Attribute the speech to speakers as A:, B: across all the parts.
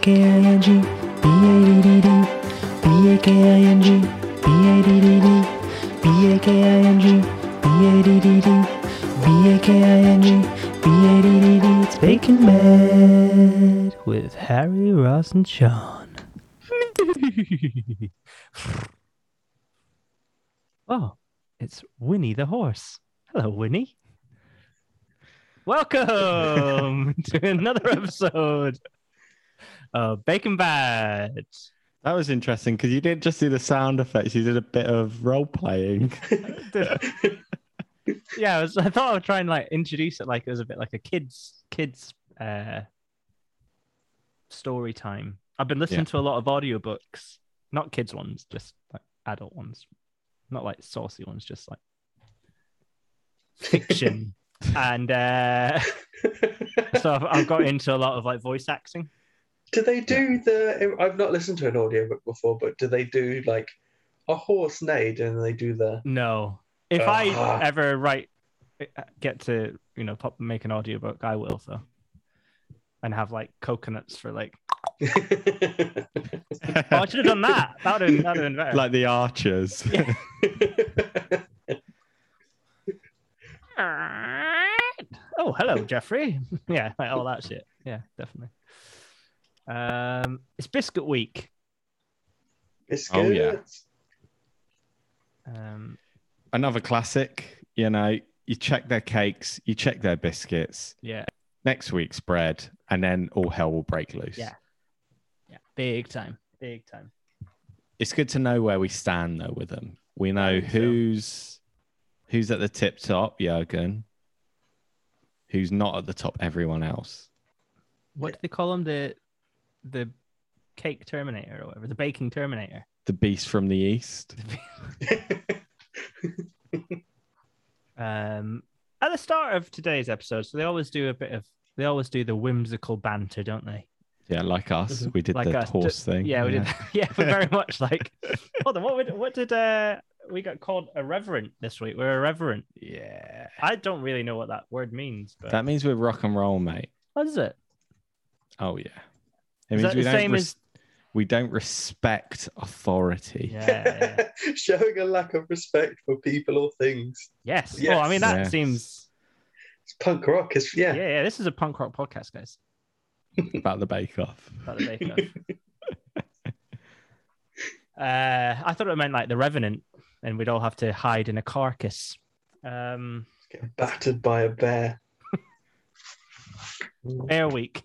A: B-A-K-I-N-G, B-A-D-D-D, B-A-K-I-N-G, B-A-D-D-D, B-A-K-I-N-G, B-A-D-D-D, B-A-K-I-N-G, B-A-D-D-D. It's Bacon Bed with Harry, Ross, and Sean. oh, it's Winnie the horse. Hello, Winnie. Welcome to another episode of Bacon Bad.
B: That was interesting because you didn't just do the sound effects, you did a bit of role playing.
A: yeah, I, was, I thought I would try and like introduce it like it was a bit like a kids kids uh story time. I've been listening
B: Yeah.
A: to a lot of audiobooks, not kids ones, just like adult ones, not like saucy ones, just like fiction. and uh so I've, I've got into a lot of like voice acting.
C: Do they do the? I've not listened to an audiobook before, but do they do like a horse neighed and they do the?
A: No, if I
C: Ah.
A: ever write, uh, get to you know pop, make an audiobook, I will though, and have like coconuts for like. Oh, I should have done that. That would have been, that would have been better.
B: like the archers.
A: oh, hello, Jeffrey. yeah, like all that shit. Yeah, definitely. Um, it's biscuit week.
C: Biscuits.
B: Oh, yeah.
A: Um,
B: Another classic, you know, you check their cakes, you check their biscuits,
A: yeah,
B: next week's bread, and then all hell will break loose.
A: Yeah. yeah, big time, big time.
B: It's good to know where we stand though with them. We know
A: think so.
B: who's who's at the tip top, Jurgen. Who's not at the top, everyone else.
A: What do they call them? The the cake terminator or whatever, the baking terminator.
B: The beast from the east.
A: um at the start of today's episode so they always do a bit of they always do the whimsical banter don't they
B: Yeah, like us. We did
A: Mm-hmm. Like
B: the
A: us, ju-
B: horse thing.
A: yeah we did yeah we're very much like hold on what, would- what did uh we got called irreverent this week we're irreverent
B: Yeah.
A: i don't really know what that word means but
B: That means we're rock and roll, mate.
A: what is it
B: Oh yeah. It
A: Is
B: means
A: that
B: we
A: the
B: don't
A: same
B: res-
A: as-
B: we don't respect authority.
A: yeah, yeah.
C: Showing a lack of respect for people or things.
A: yes
C: Yes.
A: well i mean that
B: Yes.
A: seems
C: It's punk rock. It's
A: yeah.
C: yeah.
A: yeah this is a punk rock podcast guys
B: About the bake off.
A: about the Bake Off. uh, I thought it meant like the Revenant, and we'd all have to hide in a carcass. Um,
C: Getting battered by a bear.
A: Bear Week.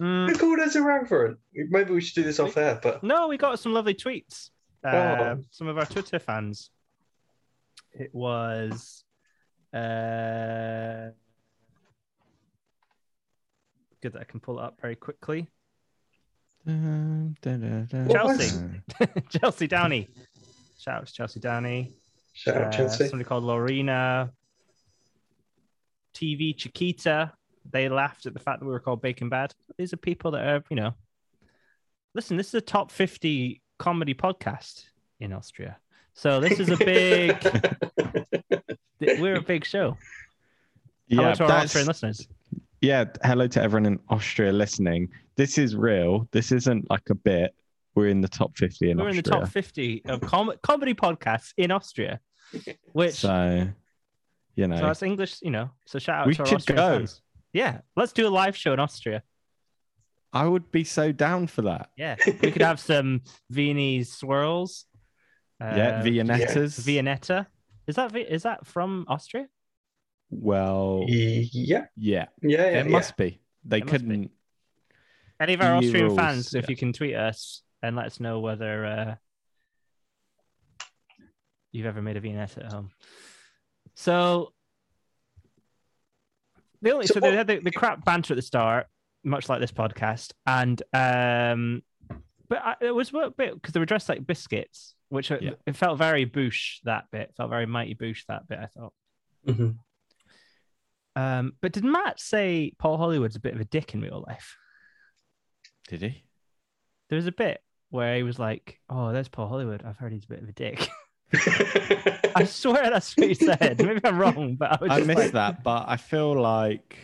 A: Mm,
C: Who called us irreverent? Maybe we should do this off air, but
A: no, we got some lovely tweets. Uh,
C: Oh.
A: Some of our Twitter fans. It was. Uh, good that I can pull it up very quickly.
B: Dun, dun, dun, dun,
A: Chelsea.
B: dun.
A: Chelsea Downey. Shout out to Chelsea Downey.
C: shout out
A: Uh,
C: Chelsea.
A: Somebody called Lorena. TV Chiquita. They laughed at the fact that we were called Bacon Bad. These are people that are, you know, listen, this is a top 50 comedy podcast in Austria. So this is a big, we're a big show. Hello
B: Yeah,
A: to our
B: that's-
A: Austrian listeners.
B: yeah, hello to everyone in Austria listening. This is real. This isn't like a bit. We're in the top 50 in
A: We're in
B: Austria.
A: the top 50 of com- comedy podcasts in Austria, which, so,
B: So, you know,
A: that's English, you know, so shout out
B: We
A: to our
B: should
A: Austrian
B: go.
A: fans. Yeah, let's do a live show in Austria.
B: I would be so down for that.
A: Yeah, we could have some Viennese swirls.
B: yeah,
A: uh,
B: Viennettas.
A: Viennetta. Is that Vi- is that from Austria?
B: Well, yeah,
C: Yeah,
B: it
C: yeah, yeah. yeah.
B: must be. They
A: It must be.
B: couldn't.
A: Any of our
B: EU
A: Austrian
B: rules,
A: fans, if
B: yeah.
A: you can tweet us and let us know whether uh, you've ever made a Viennetta at home. So the only so,
C: So
A: they
C: what-
A: had the, the crap banter at the start, much like this podcast, and um, but I, it was a bit because they were dressed like biscuits, which are,
B: Yeah.
A: it felt very Boosh that bit, felt very mighty Boosh that bit. I thought.
C: Mhm.
A: Um, but did Matt say Paul Hollywood's a bit of a dick in real life?
B: Did he?
A: There was a bit where he was like, "Oh, there's Paul Hollywood. I've heard he's a bit of a dick."
C: Mm-hmm.
A: I swear that's what he said. Maybe I'm wrong, but I was
B: I
A: just
B: missed
A: like,
B: that, but I feel like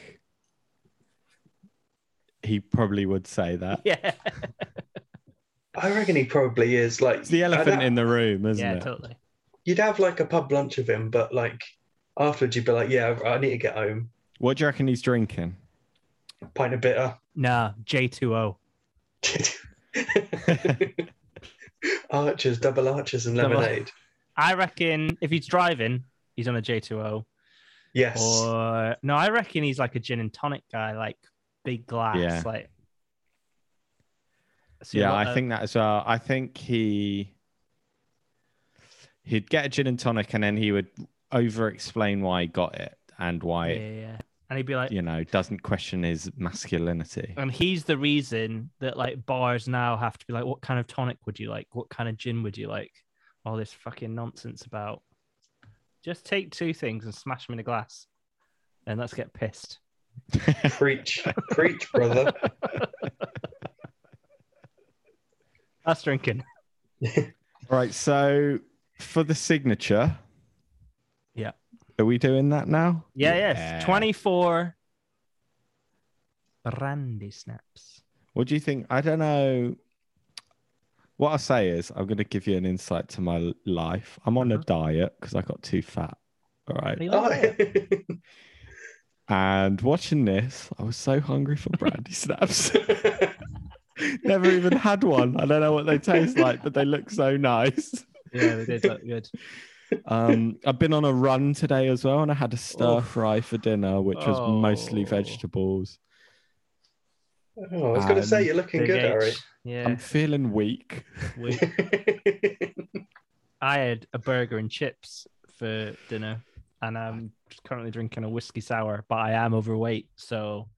B: he probably would say that.
A: Yeah.
C: I reckon he probably is like
B: It's the elephant
C: I'd-
B: in the room, isn't
A: yeah,
B: it?
A: totally.
C: You'd have like a pub lunch with him, but like afterwards you'd be like, yeah, I need to get home.
B: What do you reckon he's drinking?
C: Pint of bitter.
A: Nah, J2O.
C: archers, double archers, and
A: Double-
C: lemonade.
A: I reckon if he's driving, he's on a J2O.
C: Yes.
A: Or no, I reckon he's like a gin and tonic guy, like big glass,
B: Yeah.
A: like. So
B: yeah,
A: what,
B: I
A: uh,
B: think that as well. I think he he'd get a gin and tonic, and then he would over-explain why he got it and why
A: Yeah,
B: it,
A: yeah, yeah. Uh. And he'd be like,
B: you know doesn't question his masculinity.
A: and he's the reason that like bars now have to be like, what kind of tonic would you like? What kind of gin would you like? All this fucking nonsense about. Just take two things and smash them in a glass, and let's get pissed.
C: Preach, preach, brother.
A: That's drinking.
B: Right. So for the signature,
A: Yeah.
B: are we doing that now?
A: Yeah, yes. Twenty-four. Brandy snaps.
B: What do you think? I don't know. What I say is, I'm going to give you an insight to my l- life. I'm on a
A: Uh-huh.
B: diet because I got too fat. All right.
A: Are you like that?
C: Oh,
B: And watching this, I was so hungry for brandy snaps. Never even had one. I don't know what they taste like, but they look so nice.
A: Yeah, they did look good.
B: Um, I've been on a run today as well, and I had a stir
A: Oof.
B: fry for dinner, which was mostly
A: Oh.
B: vegetables.
C: Oh, I was going to say, you're looking
A: Big
C: good,
A: H.
C: Harry.
A: Yeah.
B: I'm feeling weak.
A: we- I had a burger and chips for dinner, and I'm currently drinking a whiskey sour, but I am overweight, so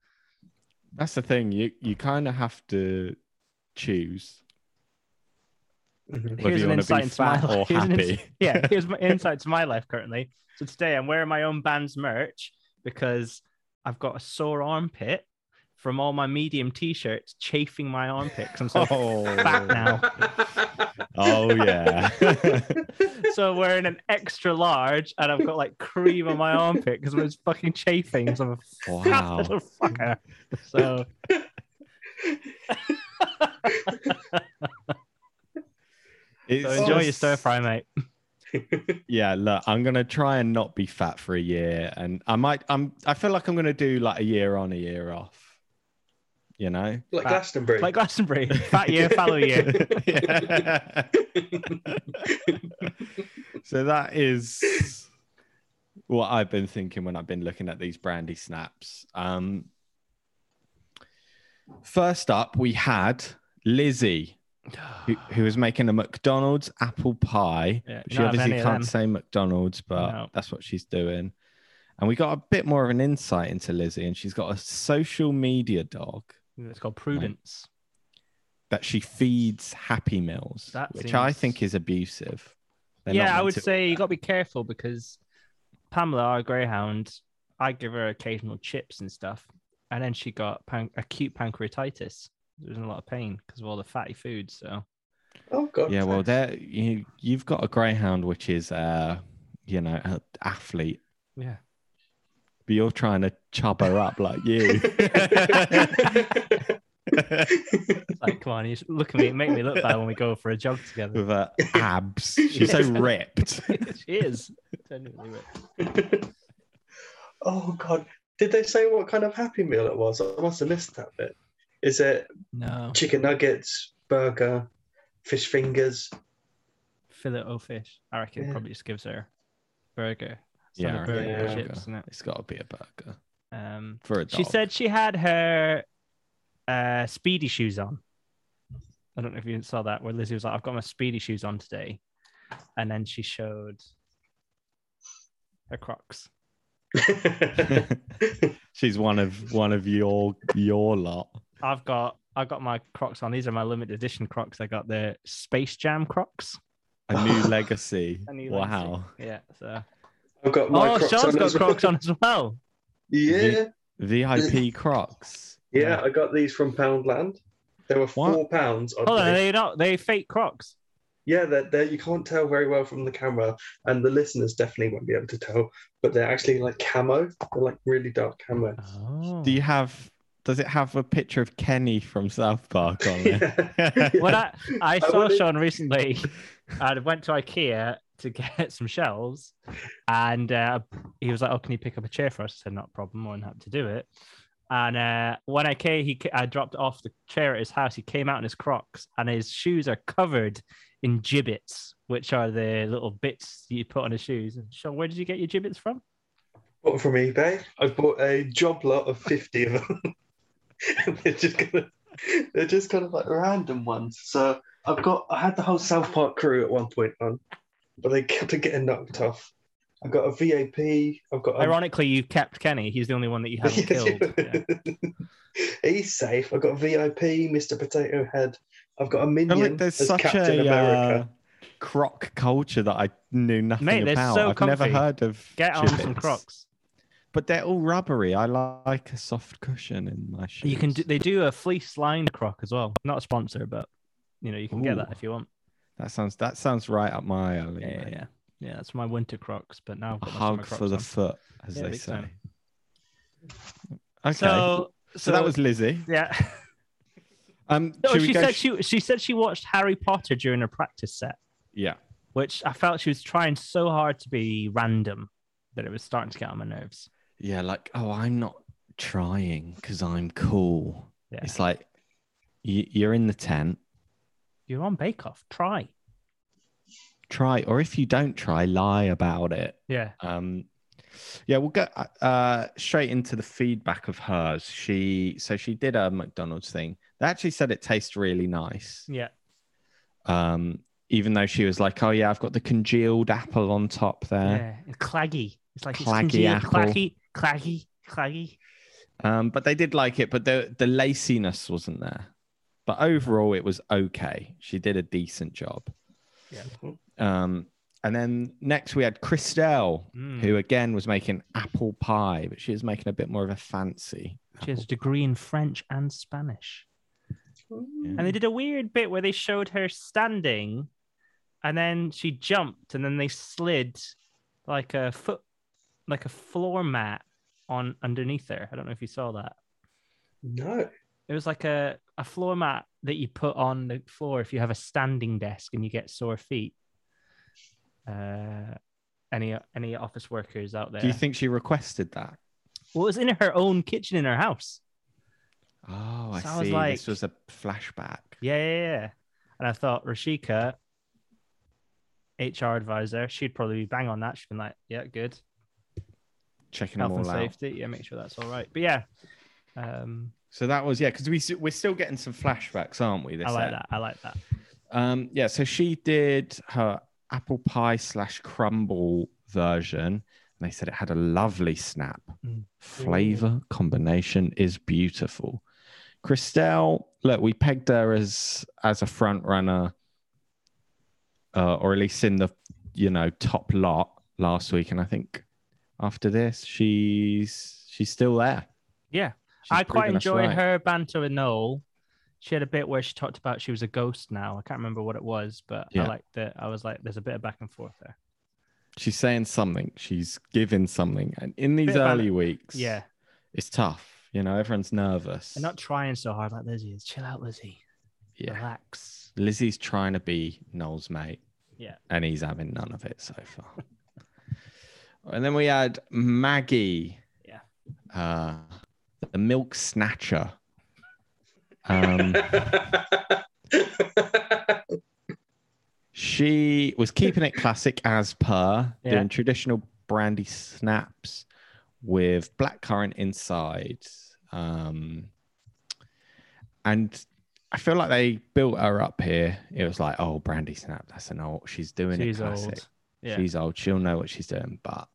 B: That's the thing. You you kind of have to choose
C: Mhm.
A: Here's
B: you
A: an
B: wanna
A: insight into my
B: fat or
A: life. Here's an ins-
B: happy.
A: yeah, here's my insight to my life currently. So today I'm wearing my own band's merch because I've got a sore armpit from all my medium t-shirts chafing my armpit 'cause I'm so
B: oh.
A: fat now.
B: Oh yeah.
A: so I'm wearing an extra large and I've got like cream on my armpit because it's fucking chafing. 'cause I'm a fat
B: Wow.
A: little fucker. So So
B: It's
A: enjoy your
B: just-
A: stir fry, mate.
B: Yeah, look, I'm gonna try and not be fat for a year, and I might. I'm. I feel like I'm gonna do like a year on, a year off. You know.
C: like
A: Fat.
C: Glastonbury.
A: Like Glastonbury, fat year, fallow year.
B: Yeah. so that is what I've been thinking when I've been looking at these brandy snaps. Um, first up, we had Lizzie, who, who was making a McDonald's apple pie.
A: Yeah,
B: She
A: not have
B: obviously
A: any of
B: can't
A: them.
B: say McDonald's, but
A: No.
B: that's what she's doing. And we got a bit more of an insight into Lizzie, and she's got a social media dog
A: It's called Prudence.
B: that she feeds Happy Meals,
A: That
B: which I
A: seems-
B: think is abusive. They're not
A: yeah, I
B: meant
A: would
B: to-
A: say you got to be careful because Pamela, our greyhound, I give her occasional chips and stuff, and then she got pan- acute pancreatitis. There was in a lot of pain because of all the fatty food. So
C: oh, God.
B: Yeah, well, there you you've got a greyhound, which is uh, you know, an athlete,
A: yeah,
B: but you're trying to chub her up like you.
A: it's like come on, you should look at me, make me look bad when we go for a jog together.
B: With her abs, she's so ripped.
A: she is. genuinely ripped.
C: oh, God. Did they say what kind of Happy Meal it was? I must have missed that bit. Is it
A: No,
C: chicken nuggets, burger, fish fingers?
A: fillet o fish. I reckon it
C: Yeah.
A: probably just gives her burger. It's
B: Yeah,
A: not
B: I
A: a
B: reckon
A: burger and
C: burger.
A: chips, isn't it?
B: It's got to be a burger
A: Um,
B: for a dog.
A: She said she had her uh, speedy shoes on. I don't know if you saw that where Lizzie was like, I've got my speedy shoes on today. And then she showed her crocs.
B: she's one of one of your your lot.
A: I've got I've got my crocs on. These are my limited edition crocs. I got the Space Jam crocs.
B: A new legacy.
A: A new
B: wow.
A: Yeah. So
C: I've got my
A: Oh
C: Crocs
A: Sean's
C: on
A: got
C: as well.
A: crocs on as well.
C: Yeah,
B: The- VIP Crocs.
C: yeah, I got these from Poundland. They were four
B: What?
C: pounds.
A: Hold on, are
C: oddly.
A: they not they fake crocs.
C: Yeah, they're, they're, you can't tell very well from the camera, and the listeners definitely won't be able to tell. But they're actually like camo. They're like really dark camo.
A: Oh
B: Do you have Does it have a picture of Kenny from South Park on it?
A: When I, I saw
C: wouldn't-
A: Sean recently, I went to IKEA to get some shelves, and uh, he was like, "Oh, can you pick up a chair for us?" I said, "Not a problem. More than happy to do it." And uh, when I came, he ca- I dropped off the chair at his house. He came out in his Crocs, and his shoes are covered in gibbets, which are the little bits you put on his shoes. And Sean, where did you get your gibbets from?
C: Bought from eBay. I bought a job lot of fifty of them. and they're just kind of, they're just kind of like random ones. So I've got, I had the whole South Park crew at one point on, but they kept on getting knocked off. I've got a VAP. I've got. a-
A: Ironically, you kept Kenny. He's the only one that you haven't killed. Um, Yeah.
C: He's safe. I've got a VIP, Mr. Potato Head. I've got a
B: I feel
C: minion.
B: like there's
C: as
B: such
C: Captain
B: a uh,
C: America.
B: croc culture that I knew nothing
A: Mate, they're
B: about.
A: so
B: I've never
A: comfy.
B: heard of
A: Get on some
B: Jibbits.
A: Crocs.
B: but they're all rubbery. I like a soft cushion in my shoes.
A: You can do, they do a fleece lined croc as well. Not a sponsor, but you know you can get that
B: Ooh.
A: if you want.
B: that sounds that sounds right up my alley.
A: Yeah, yeah,
B: mate.
A: yeah, yeah. That's my winter crocs, but now I've
B: A
A: got my summer
B: hug
A: Crocs
B: for the
A: on.
B: foot, as
A: Yeah,
B: they
A: big
B: say.
A: time.
B: Okay, so,
A: So, so,
B: that was Lizzie.
A: yeah.
B: Um,
A: No,
B: should we
A: she
B: go
A: said
B: sh-
A: she she said she watched Harry Potter during her practice set,
B: yeah.
A: which I felt she was trying so hard to be random that it was starting to get on my nerves.
B: Yeah, like, oh, I'm not trying because I'm cool.
A: Yeah.
B: It's like y- you're in the tent.
A: You're on Bake Off. Try.
B: Try, or if you don't try, lie about it.
A: Yeah.
B: Um, yeah, we'll go uh, straight into the feedback of hers. She so she did a McDonald's thing. They actually said it tastes really nice.
A: Yeah.
B: Um, even though she was like, oh yeah, I've got the congealed apple on top there.
A: yeah. It's claggy. It's like
B: Uh, Claggy
A: it's congealed,
B: apple.
A: claggy, claggy, claggy.
B: Um, but they did like it, but the the laciness wasn't there. But overall, it was okay. She did a decent job.
A: Yeah.
B: Um, and then next we had Christelle,
A: Mm.
B: who again was making apple pie, but she was making a bit more of a fancy.
A: She has a degree in French and Spanish.
B: Mm-hmm.
A: And they did a weird bit where they showed her standing and then she jumped and then they slid like a foot like a floor mat on underneath her. I don't know if you saw that.
C: No.
A: It was like a, a floor mat that you put on the floor if you have a standing desk and you get sore feet. Uh any any office workers out there?
B: Do you think she requested that?
A: well, it was in her own kitchen in her house.
B: Oh, I
A: So I was
B: see.
A: like-
B: this was a flashback.
A: Yeah, yeah, yeah. And I thought Rashika, HR advisor, she'd probably be bang on that. She'd been like, yeah, good.
B: Checking
A: Health
B: them
A: and
B: all out.
A: safety. Yeah, make sure that's all right. But yeah, um,
B: So that was yeah, because we s- we're still getting some flashbacks, aren't we? This
A: I like
B: ep?
A: that. I like that.
B: Um, yeah, so she did her apple pie slash crumble version, and they said it had a lovely snap.
A: Mm.
B: Flavor combination is beautiful. Christelle, look, we pegged her as as a front runner, uh, or at least in the you know top lot last week, and I think after this, she's she's still there.
A: Yeah,
B: She's
A: I quite
B: proven us
A: enjoyed
B: right.
A: her banter with Noel. She had a bit where she talked about she was a ghost now. I can't remember what it was, but
B: Yeah.
A: I liked that. I was like, there's a bit of back and forth there.
B: She's saying something. She's giving something, and in these
A: Bit of an-
B: early weeks,
A: Yeah,
B: it's tough. You know, everyone's nervous.
A: and not trying so hard like Lizzie is. Chill out, Lizzie.
B: yeah.
A: Relax.
B: Lizzie's trying to be Noel's mate.
A: Yeah.
B: And he's having none of it so far. and then we had Maggie.
A: Yeah.
B: Uh, the milk snatcher. Um, she was keeping it classic as per,
A: Yeah.
B: doing traditional brandy snaps with blackcurrant inside. Um, and I feel like they built her up here. It was like, oh, brandy snap, that's an old. She's doing
A: She's
B: it classic.
A: old. Yeah.
B: She's old. She'll know what she's doing. But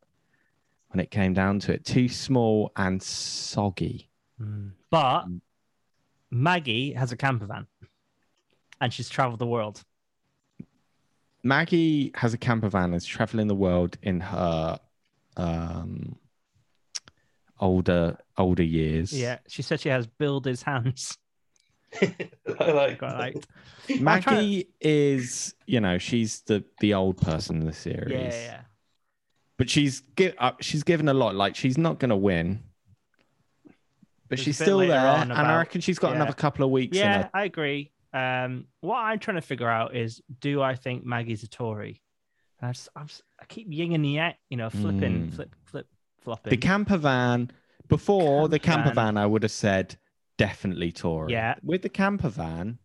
B: when it came down to it, too small and soggy.
A: Mm. But Maggie has a camper van and she's traveled the world.
B: Maggie has a camper van and is traveling the world in her um, older older years.
A: Yeah, she said she has builder's hands.
C: I like
A: Quite liked. I'm trying
B: Maggie is, you know, she's the the old person in the series.
A: Yeah, yeah, yeah.
B: uh, But she's give up. She's given a lot. Like she's not gonna win, But
A: There's a
B: she's
A: bit
B: still
A: later
B: there,
A: on
B: and I
A: about-
B: reckon she's got
A: yeah.
B: another couple of weeks. in
A: Yeah,
B: her.
A: I agree. Um, what I'm trying to figure out is, do I think Maggie's a Tory? And I just, I'm just, I keep yin and yang, you know, flipping,
B: Mm.
A: flip, flip, flopping.
B: the camper van. Before the
A: Camper
B: camper
A: van.
B: van, I would have said definitely Tory.
A: Yeah.
B: With the camper van,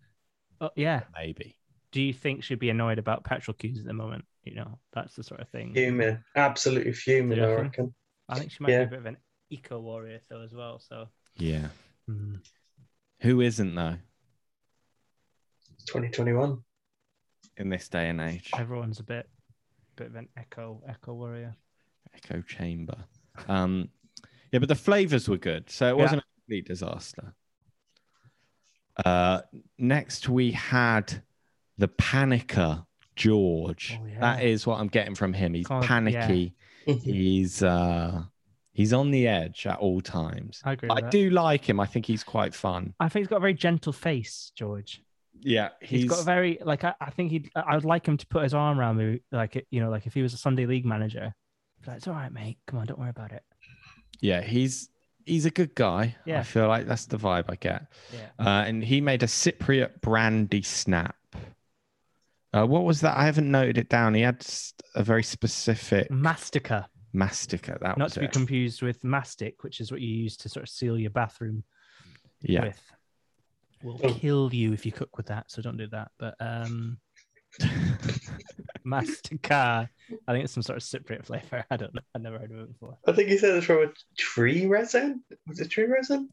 A: Oh, yeah.
B: maybe.
A: Do you think she'd be annoyed about petrol queues at the moment? You know, that's the sort of thing.
C: Fuming, absolutely fuming.
A: Yeah.
C: I reckon.
A: I think she might
C: Yeah.
A: be a bit of an eco warrior though as well. So
B: Yeah.
A: Hmm.
B: Who isn't though
C: Twenty twenty one.
B: in this day and age?
A: everyone's a bit, bit of an eco eco warrior.
B: Echo chamber. Um, yeah, but the flavors were good, so it
A: Yeah.
B: wasn't a complete disaster. Uh, next we had the panicker George.
A: Oh, yeah.
B: That is what I'm getting from him. He's
A: Kind of-
B: panicky.
C: Mhm.
B: He's uh, he's on the edge at all times.
A: I agree.
B: I
A: With that.
B: do like him. I think he's quite fun.
A: I think he's got a very gentle face, George.
B: Yeah,
A: he's got a very like I, I think he I would like him to put his arm around me like it you know like if he was a Sunday league manager. Be like, it's all right, mate. Come on, don't worry about it.
B: yeah, he's he's a good guy.
A: Yeah.
B: I feel like that's the vibe I get.
A: Yeah.
B: Uh, and he made a Cypriot brandy snap. Uh, what was that? I haven't noted it down. He had s- a very specific
A: Mastica,
B: mastica. That
A: not
B: was
A: to be
B: it.
A: confused with mastic, which is what you use to sort of seal your bathroom
B: yeah.
A: with. Will
C: Oh.
A: kill you if you cook with that, so don't do that. But um mastica, I think it's some sort of Cypriot flavor. I don't know. I've never heard of it before.
C: I think he said it's from a tree resin. Was it tree resin?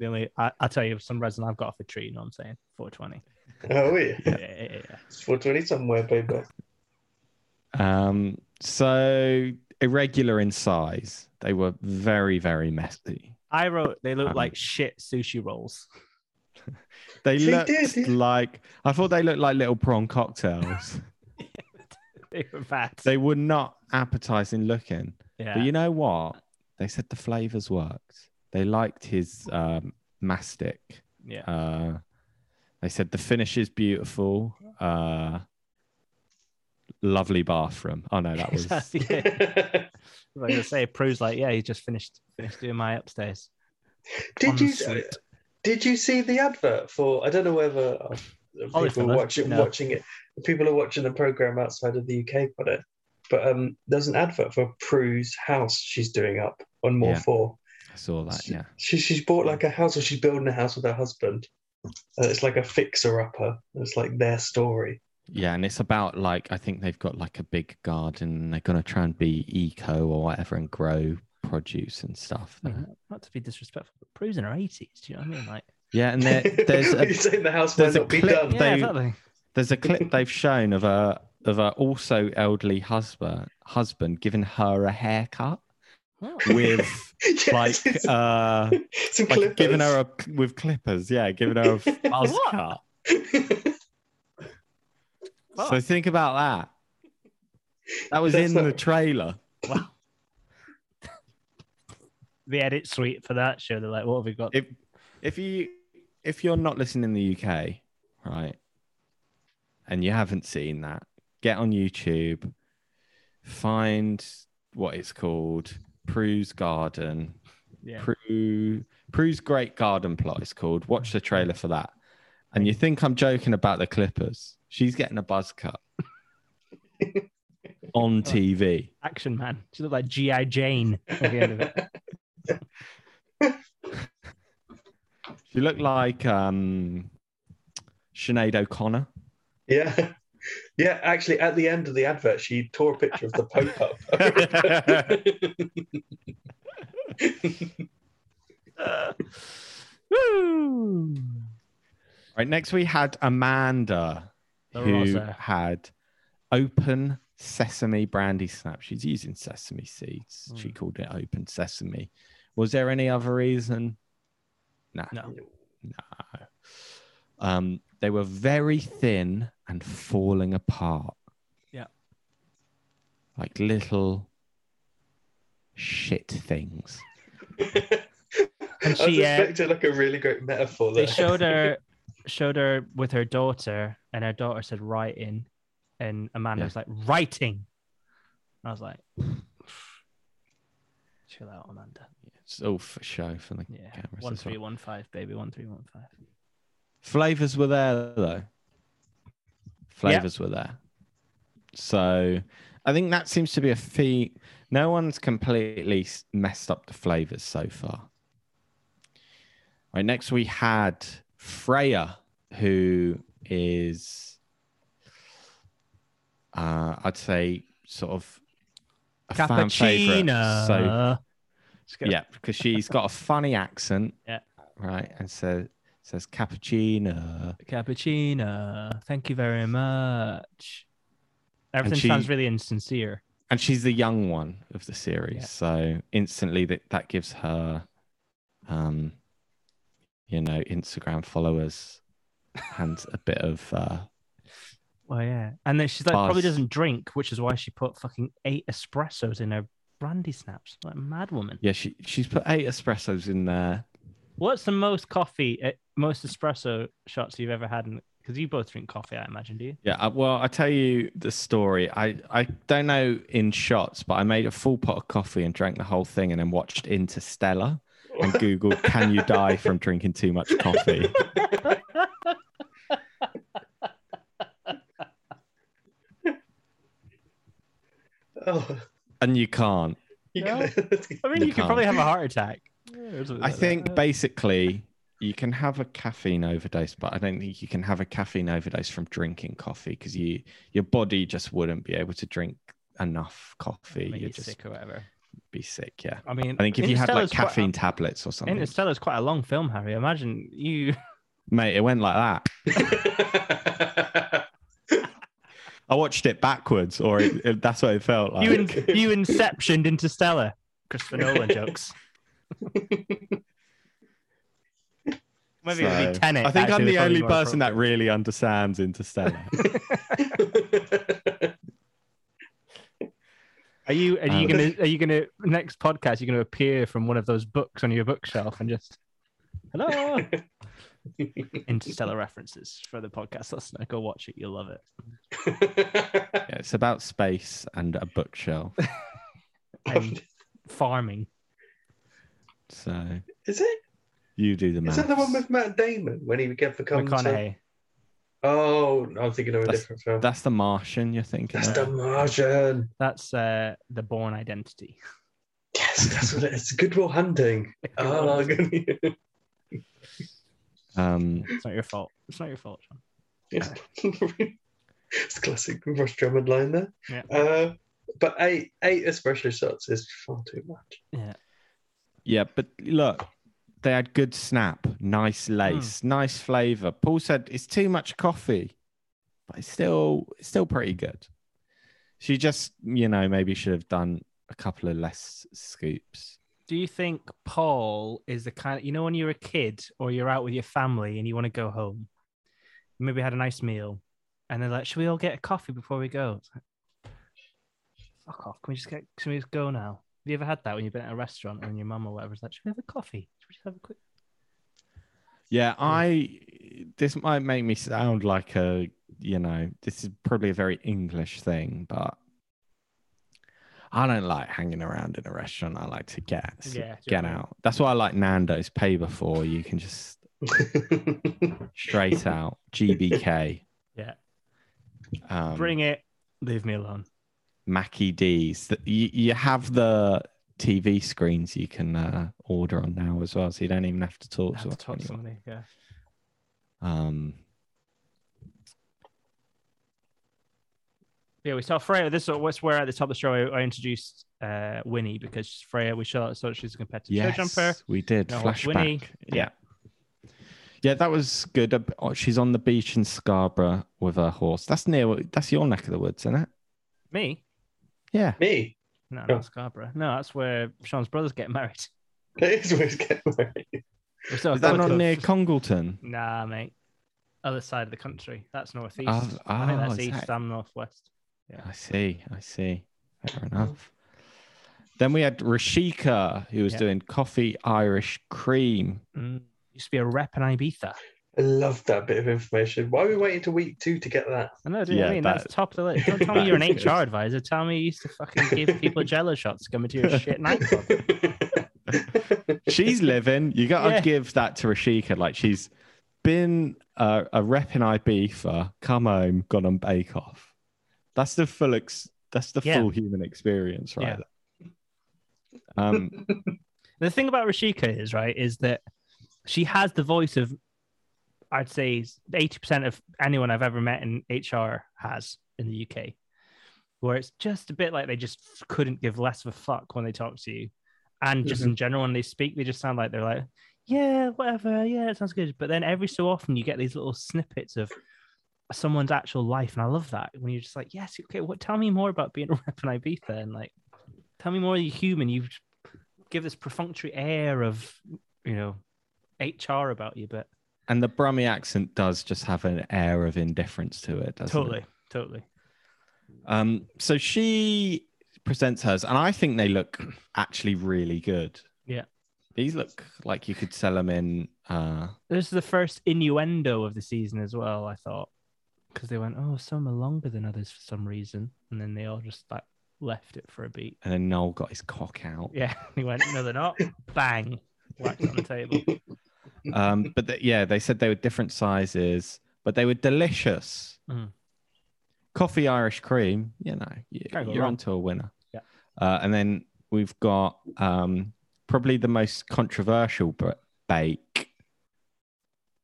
A: The only I, I'll tell you some resin I've got off a tree. You know what I'm saying? 420.
C: Oh yeah,
A: Yeah, yeah, yeah, yeah.
C: it's four twenty somewhere, baby.
B: Um, so irregular in size. They were very, very messy.
A: I wrote they look
B: Um,
A: like shit sushi rolls.
B: They
C: They
B: looked
C: did, yeah.
B: like I thought they looked like little prawn cocktails.
A: they were bad.
B: they were not appetizing looking.
A: yeah.
B: But you know what? They said the flavors worked. They liked his um, mastic.
A: yeah.
B: Uh, they said the finish is beautiful. Uh, lovely bathroom. Oh no, that was
A: Exactly. Yeah. like I say, proves like yeah, he just finished finished doing my upstairs. On
C: Did
A: the
C: you
A: suite.
C: did you see the advert for? I don't know whether uh,
A: Oh, if
C: people
A: not,
C: are watching
A: no.
C: watching it. People are watching the program outside of the UK for it. But um, there's an advert for Prue's house she's doing up on More
B: Yeah.
C: Four.
B: I saw that. Yeah,
C: She she's bought like a house or she's building a house with her husband. And it's like a fixer upper. It's like their story.
B: yeah, and it's about like I think they've got like a big garden. And they're gonna try and be eco or whatever and grow produce and stuff.
A: I mean, not- not to be disrespectful, but Prue's in her eighties. Do you know what I mean? Like
B: Yeah, and there, there's
C: you
B: a
C: saying the house might
B: there's a
C: not be
B: clip
C: done.
B: They-
A: yeah, exactly.
B: there's a clip they've shown of a of a also elderly husband husband giving her a haircut
A: Oh,
B: with
C: Yes,
B: like
C: it's-
B: uh
C: some
B: like giving
C: clippers.
B: her a with clippers, yeah, giving her a fuzz
A: What?
B: cut.
A: fuck.
B: So think about that. That was
C: That's
B: in
C: not-
B: the trailer.
A: the edit suite for that show. They're like, what have we got?
B: If if you if you're not listening in the UK, right, and you haven't seen that, get on YouTube, find what it's called, Prue's Garden,
A: yeah.
B: Prue Prue's Great Garden Plot. It's called. Watch the trailer for that, and you think I'm joking about the Clippers? She's getting a buzz cut on TV.
A: Action Man. She looked like G.I. Jane at the end of it.
B: She looked like um, Sinead O'Connor.
C: Yeah. Yeah, actually, at the end of the advert, she tore a picture of the Pope up.
A: Woo!
B: Right next, we had Amanda,
A: The
B: who
A: Rosa.
B: had open sesame brandy snap. She's using sesame seeds. She
A: Mm.
B: called it open sesame. Was there any other reason? No.
A: No.
B: No. Um, they were very thin and falling apart.
A: Yeah.
B: Like little shit things.
A: And
C: I was
A: she, uh,
C: expecting like a really great metaphor.
A: they
C: There.
A: showed her showed her with her daughter and her daughter said writing and amanda
B: Yeah.
A: was like writing i was like chill out amanda
B: It's all for show for the
A: Yeah.
B: cameras.
A: One
B: as well.
A: three one five, baby. One three one five.
B: Flavors were there though. Flavors were there. So I think that seems to be a feat. No one's completely s- messed up the flavors so far. Right, next we had Freya, who is uh I'd say sort of a fan favorite.
A: Cappuccino.
B: So
A: Let's go.
B: yeah, because she's got a funny accent.
A: Yeah.
B: Right. And so says cappuccino.
A: Cappuccino. Thank you very much. Everything
B: she-
A: sounds really insincere.
B: And she's the young one of the series.
A: Yeah.
B: So instantly that, that gives her um you know, Instagram followers and a bit of uh
A: Well, yeah. And then she's like, probably
B: Buzz.
A: doesn't drink, which is why she put fucking eight espressos in her brandy snaps. Like a mad woman.
B: yeah, she she's put eight espressos in there.
A: What's the most coffee, uh, most espresso shots you've ever had? Because you both drink coffee, I imagine, do you?
B: Yeah, uh, well, I tell you the story. I, I don't know in shots, but I made a full pot of coffee and drank the whole thing and then watched Interstellar. and Google "Can you die from drinking too much coffee?"
C: oh,
B: And you can't.
C: you
A: No.
C: can-
A: I mean, you,
B: You
A: could
B: can't.
A: probably have a heart attack.
B: I think basically you can have a caffeine overdose, but I don't think you can have a caffeine overdose from drinking coffee because you your body just wouldn't be able to drink enough coffee.
A: Make you
B: You'd just
A: sick or whatever.
B: be sick. Yeah.
A: I mean,
B: I think if you had like
A: Interstellar's quite- um,
B: caffeine tablets or something,
A: Interstellar's quite a long film, Harry. Imagine you.
B: mate, it went like that. I watched it backwards, or it, it- that's what it felt like.
A: you in, you inceptioned Interstellar. Christopher Nolan jokes. Maybe it'd be
B: So,
A: Tenet.
B: I think I'm
A: actually,
B: the
A: probably
B: only
A: more
B: person that really understands Interstellar.
A: appropriate. Are you? Are you
B: Um,
A: gonna? Are you gonna? Next podcast, you're gonna appear from one of those books on your bookshelf and just. Hello. Interstellar references for the podcast listener. Go watch it. You'll love it.
B: yeah, it's about space and a bookshelf.
A: And farming.
B: So
C: Is it?
B: You do the
C: Is
B: maths.
C: that the one with Matt Damon when he began becomes? A...
A: McConaughey.
C: Oh, no, I'm thinking of a
B: That's-
C: different film.
B: That's the Martian you're thinking.
C: That's
B: of.
C: the margin.
A: That's uh, the Born Identity.
C: Yes, that's what it is. Goodwill Hunting. Oh, good.
B: Um,
A: It's not your fault. It's not your fault, John.
C: it's it's a classic Ross Drummond line there.
A: Yeah.
C: Uh, but eight eight espresso shots is far too much.
B: yeah, but look, they had good snap, nice
C: Hmm.
B: lace, nice flavor. Paul said it's too much coffee, but it's still it's still pretty good. She just, you know, maybe should have done a couple of less scoops.
A: Do you think Paul is the kind you know when you're a kid or you're out with your family and you want to go home? You Maybe had a nice meal, and they're like, "Should we all get a coffee before we go?" It's like, Fuck off! Can we just get? Can we just go now? Have you ever had that when you've been at a restaurant and your mum or whatever is like, "Should we have a coffee? Should we just have a quick?"
B: Yeah, I. This might make me sound like a, you know, this is probably a very English thing, but I don't like hanging around in a restaurant. I like to get s-
A: Yeah,
B: get
A: definitely.
B: out. That's why I like Nando's. Pay before you can just straight out GBK.
A: Yeah.
B: um,
A: Bring it. Leave me alone.
B: Mackie D's. The- You, you have the TV screens you can uh, order on now as well, so you don't even have to talk
A: Have
B: to,
A: to talk to
B: anyone.
A: somebody. Yeah.
B: Um,
A: Yeah, we saw Freya. This was where at the top of the show I, I introduced uh, Winnie because Freya, we saw, so she's a competitive
B: yes,
A: show jumper.
B: we did.
A: No,
B: Flashback.
A: Winnie.
B: Yeah. Yeah, that was good. Uh, oh, She's on the beach in Scarborough with her horse. That's near. That's your neck of the woods, isn't it?
A: Me?
B: Yeah.
C: Me.
A: No,
C: Yeah.
A: not Scarborough. No, that's where Sean's brothers get married.
C: That is where it's getting married.
A: We saw a
B: Is that
A: photo
B: not
A: of-
B: near Congleton?
A: Nah, mate. Other side of the country. That's northeast.
B: Oh,
A: I think
B: oh,
A: that's
B: is
A: east.
B: that-
A: I'm northwest.
B: I see. I see. Fair enough. Then we had Rashika, who was
A: Yeah.
B: doing coffee Irish cream.
A: Mm. Used to be a rep in Ibiza.
C: I love that bit of information. Why are we waiting to week two to get that?
A: I know, do you know what I
B: Yeah,
A: mean?
B: that-
A: That's top of the list. Don't tell me
B: that
A: you're an
B: is good.
A: HR advisor. Tell me you used to fucking give people jello shots coming to your shit nightclub.
B: she's living. You got to
A: Yeah.
B: give that to Rashika. Like she's been uh, a rep in IB for come home, gone on Bake Off. That's the full ex- that's the
A: Yeah.
B: full human experience, right? there. Um,
A: The thing about Rashika is right is that she has the voice of, I'd say, eighty percent of anyone I've ever met in HR has in the UK, where it's just a bit like they just couldn't give less of a fuck when they talk to you, and just in general when they speak, they just sound like they're like, yeah, whatever, yeah, it sounds good. But then every so often you get these little snippets of someone's actual life, and I love that when you're just like, yes, okay, what? Tell me more about being a rep in Ibiza, and like, tell me more of you human. You've give this perfunctory air of you know HR about you, but
B: and the Brummy accent does just have an air of indifference to it, doesn't it?
A: totally, totally.
B: Um, so she presents hers, and I think they look actually really good.
A: Yeah.
B: These look like you could sell them in. Uh,
A: This is the first innuendo of the season as well. I thought because they went, oh, some are longer than others for some reason, and then they all just like left it for a beat.
B: and then Noel got his cock out.
A: Yeah, he went, no, they're not. Bang, whacked on the table. Mm-hmm.
B: Um, but th- yeah, they said they were different sizes, but they were delicious.
A: Mm.
B: Coffee Irish cream, you know, you,
A: Can't go
B: you're
A: wrong.
B: onto a winner.
A: Yeah.
B: Uh, and then we've got um, probably the most controversial br- bake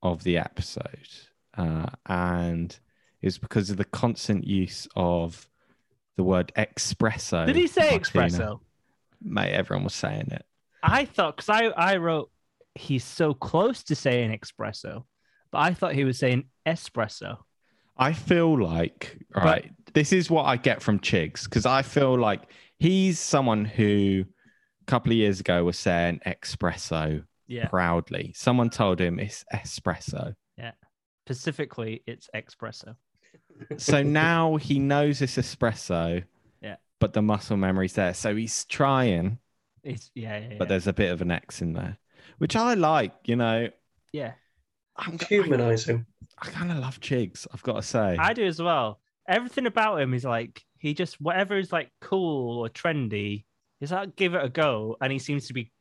B: of the episode. Uh, and it's because of the constant use of the word espresso.
A: Did he say
B: martini.
A: espresso?
B: Mate, everyone was saying it.
A: I thought because I I wrote he's so close to saying espresso, but I thought he was saying espresso.
B: I feel like right. This is what I get from Chigs because I feel like he's someone who a couple of years ago was saying espresso
A: Yeah,
B: proudly. Someone told him it's espresso.
A: specifically, it's espresso.
B: So now he knows it's espresso.
A: Yeah.
B: But the muscle memory's there, so he's trying.
A: It's yeah, yeah, yeah.
B: But there's a bit of an X in there, which I like. You know,
A: yeah.
B: I'm, I,
C: Humanizing.
B: I kind of love Chigs. I've got to say.
A: I do as well. Everything about him is like he just whatever is like cool or trendy, he's like give it a go, and he seems to be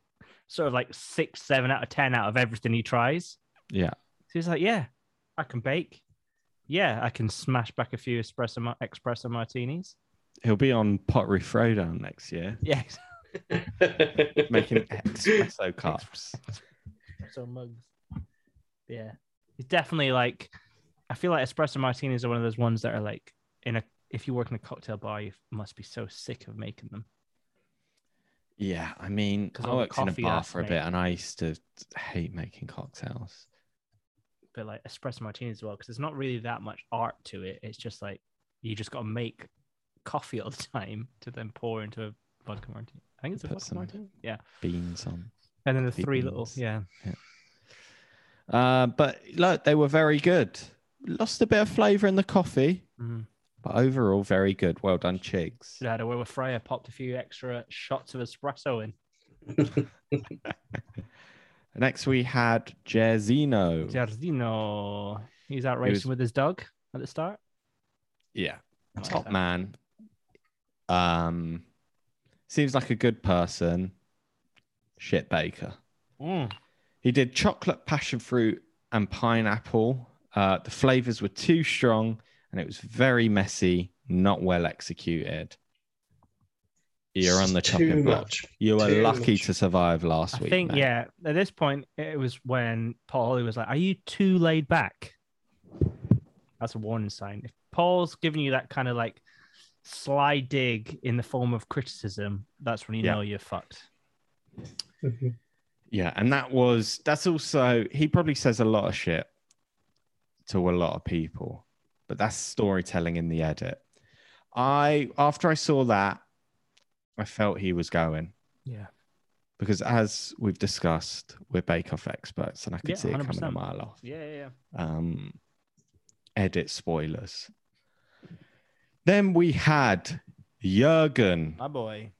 A: sort of like six, seven out of ten out of everything he tries.
B: Yeah.
A: So he's like, yeah, I can bake. Yeah, I can smash back a few espresso ma- espresso martinis.
B: He'll be on Pottery Throwdown next year,
A: Yeah,
B: making espresso cups.
A: espresso mugs. Yeah, it's definitely like I feel like espresso martinis are one of those ones that are like in a if you work in a cocktail bar, you must be so sick of making them.
B: Yeah, I mean,
A: 'Cause
B: I
A: all the
B: worked in a
A: coffee
B: bar
A: that's
B: for a
A: made.
B: bit, and I used to hate making cocktails.
A: But like espresso martinis as well, because there's not really that much art to it. It's just like you just got to make coffee all the time to then pour into a vodka martini. I think it's a
B: Put
A: vodka
B: some-
A: martini. Yeah,
B: Beans on.
A: and then the
B: coffee
A: three little
B: beans.
A: yeah.
B: Uh, but look, they were very good. Lost a bit of flavour in the coffee,
A: Mm.
B: but overall, very good. Well done, Chigs.
A: Should have had a word with Freya. Popped a few extra shots of espresso in.
B: Next, we had Jerzino.
A: Giardino. He's out
B: He was-
A: racing with his dog at the start.
B: yeah,
A: I like
B: top
A: that.
B: man. Um, seems like a good person. Shit baker.
A: Mm.
B: He did chocolate, passion fruit, and pineapple. Uh, the flavors were too strong and it was very messy, not well executed. You're on the
C: Too
B: chopping block.
C: much.
B: You were
C: Too
B: lucky
C: much.
B: to survive last
A: I
B: week.
A: think,
B: mate.
A: yeah, at this point, it was when Paul Holly was like, Are you too laid back? That's a warning sign. If Paul's giving you that kind of like sly dig in the form of criticism, that's when you
B: Yeah.
A: know you're fucked.
B: Yeah. And that was, that's also, he probably says a lot of shit to a lot of people, but that's storytelling in the edit. I, after I saw that, I felt he was going.
A: Yeah.
B: because as we've discussed, we're Bake Off experts, and I could
A: Yeah,
B: see it coming a
A: 100%.
B: mile off.
A: Yeah, yeah, yeah.
B: Um, edit spoilers. Then we had Jurgen,
A: My boy.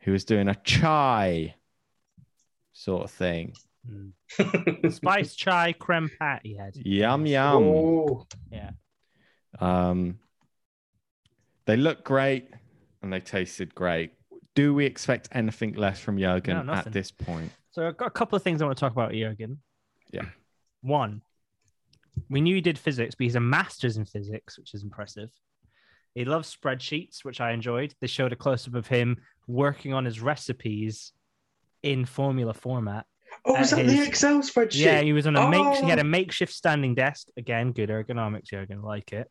B: who was doing a chai sort of thing.
A: Mm. Spice chai creme pat he had.
B: Yum yum.
C: Oh,
B: Um, they look great, and they tasted great. do we expect anything less from Jurgen
A: No,
B: at
A: nothing.
B: this point?
A: So I've got a couple of things I want to talk about Jurgen.
B: Yeah.
A: One, we knew he did physics, but he's a master's in physics, which is impressive. He loves spreadsheets, which I enjoyed. They showed a close up of him working on his recipes in formula format.
C: Oh, was
A: That
C: that
A: is-
C: the Excel spreadsheet?
A: Yeah, he was on a makeshift. He had a
C: Oh.
A: makeshift standing desk. Again, good ergonomics. You're gonna like it.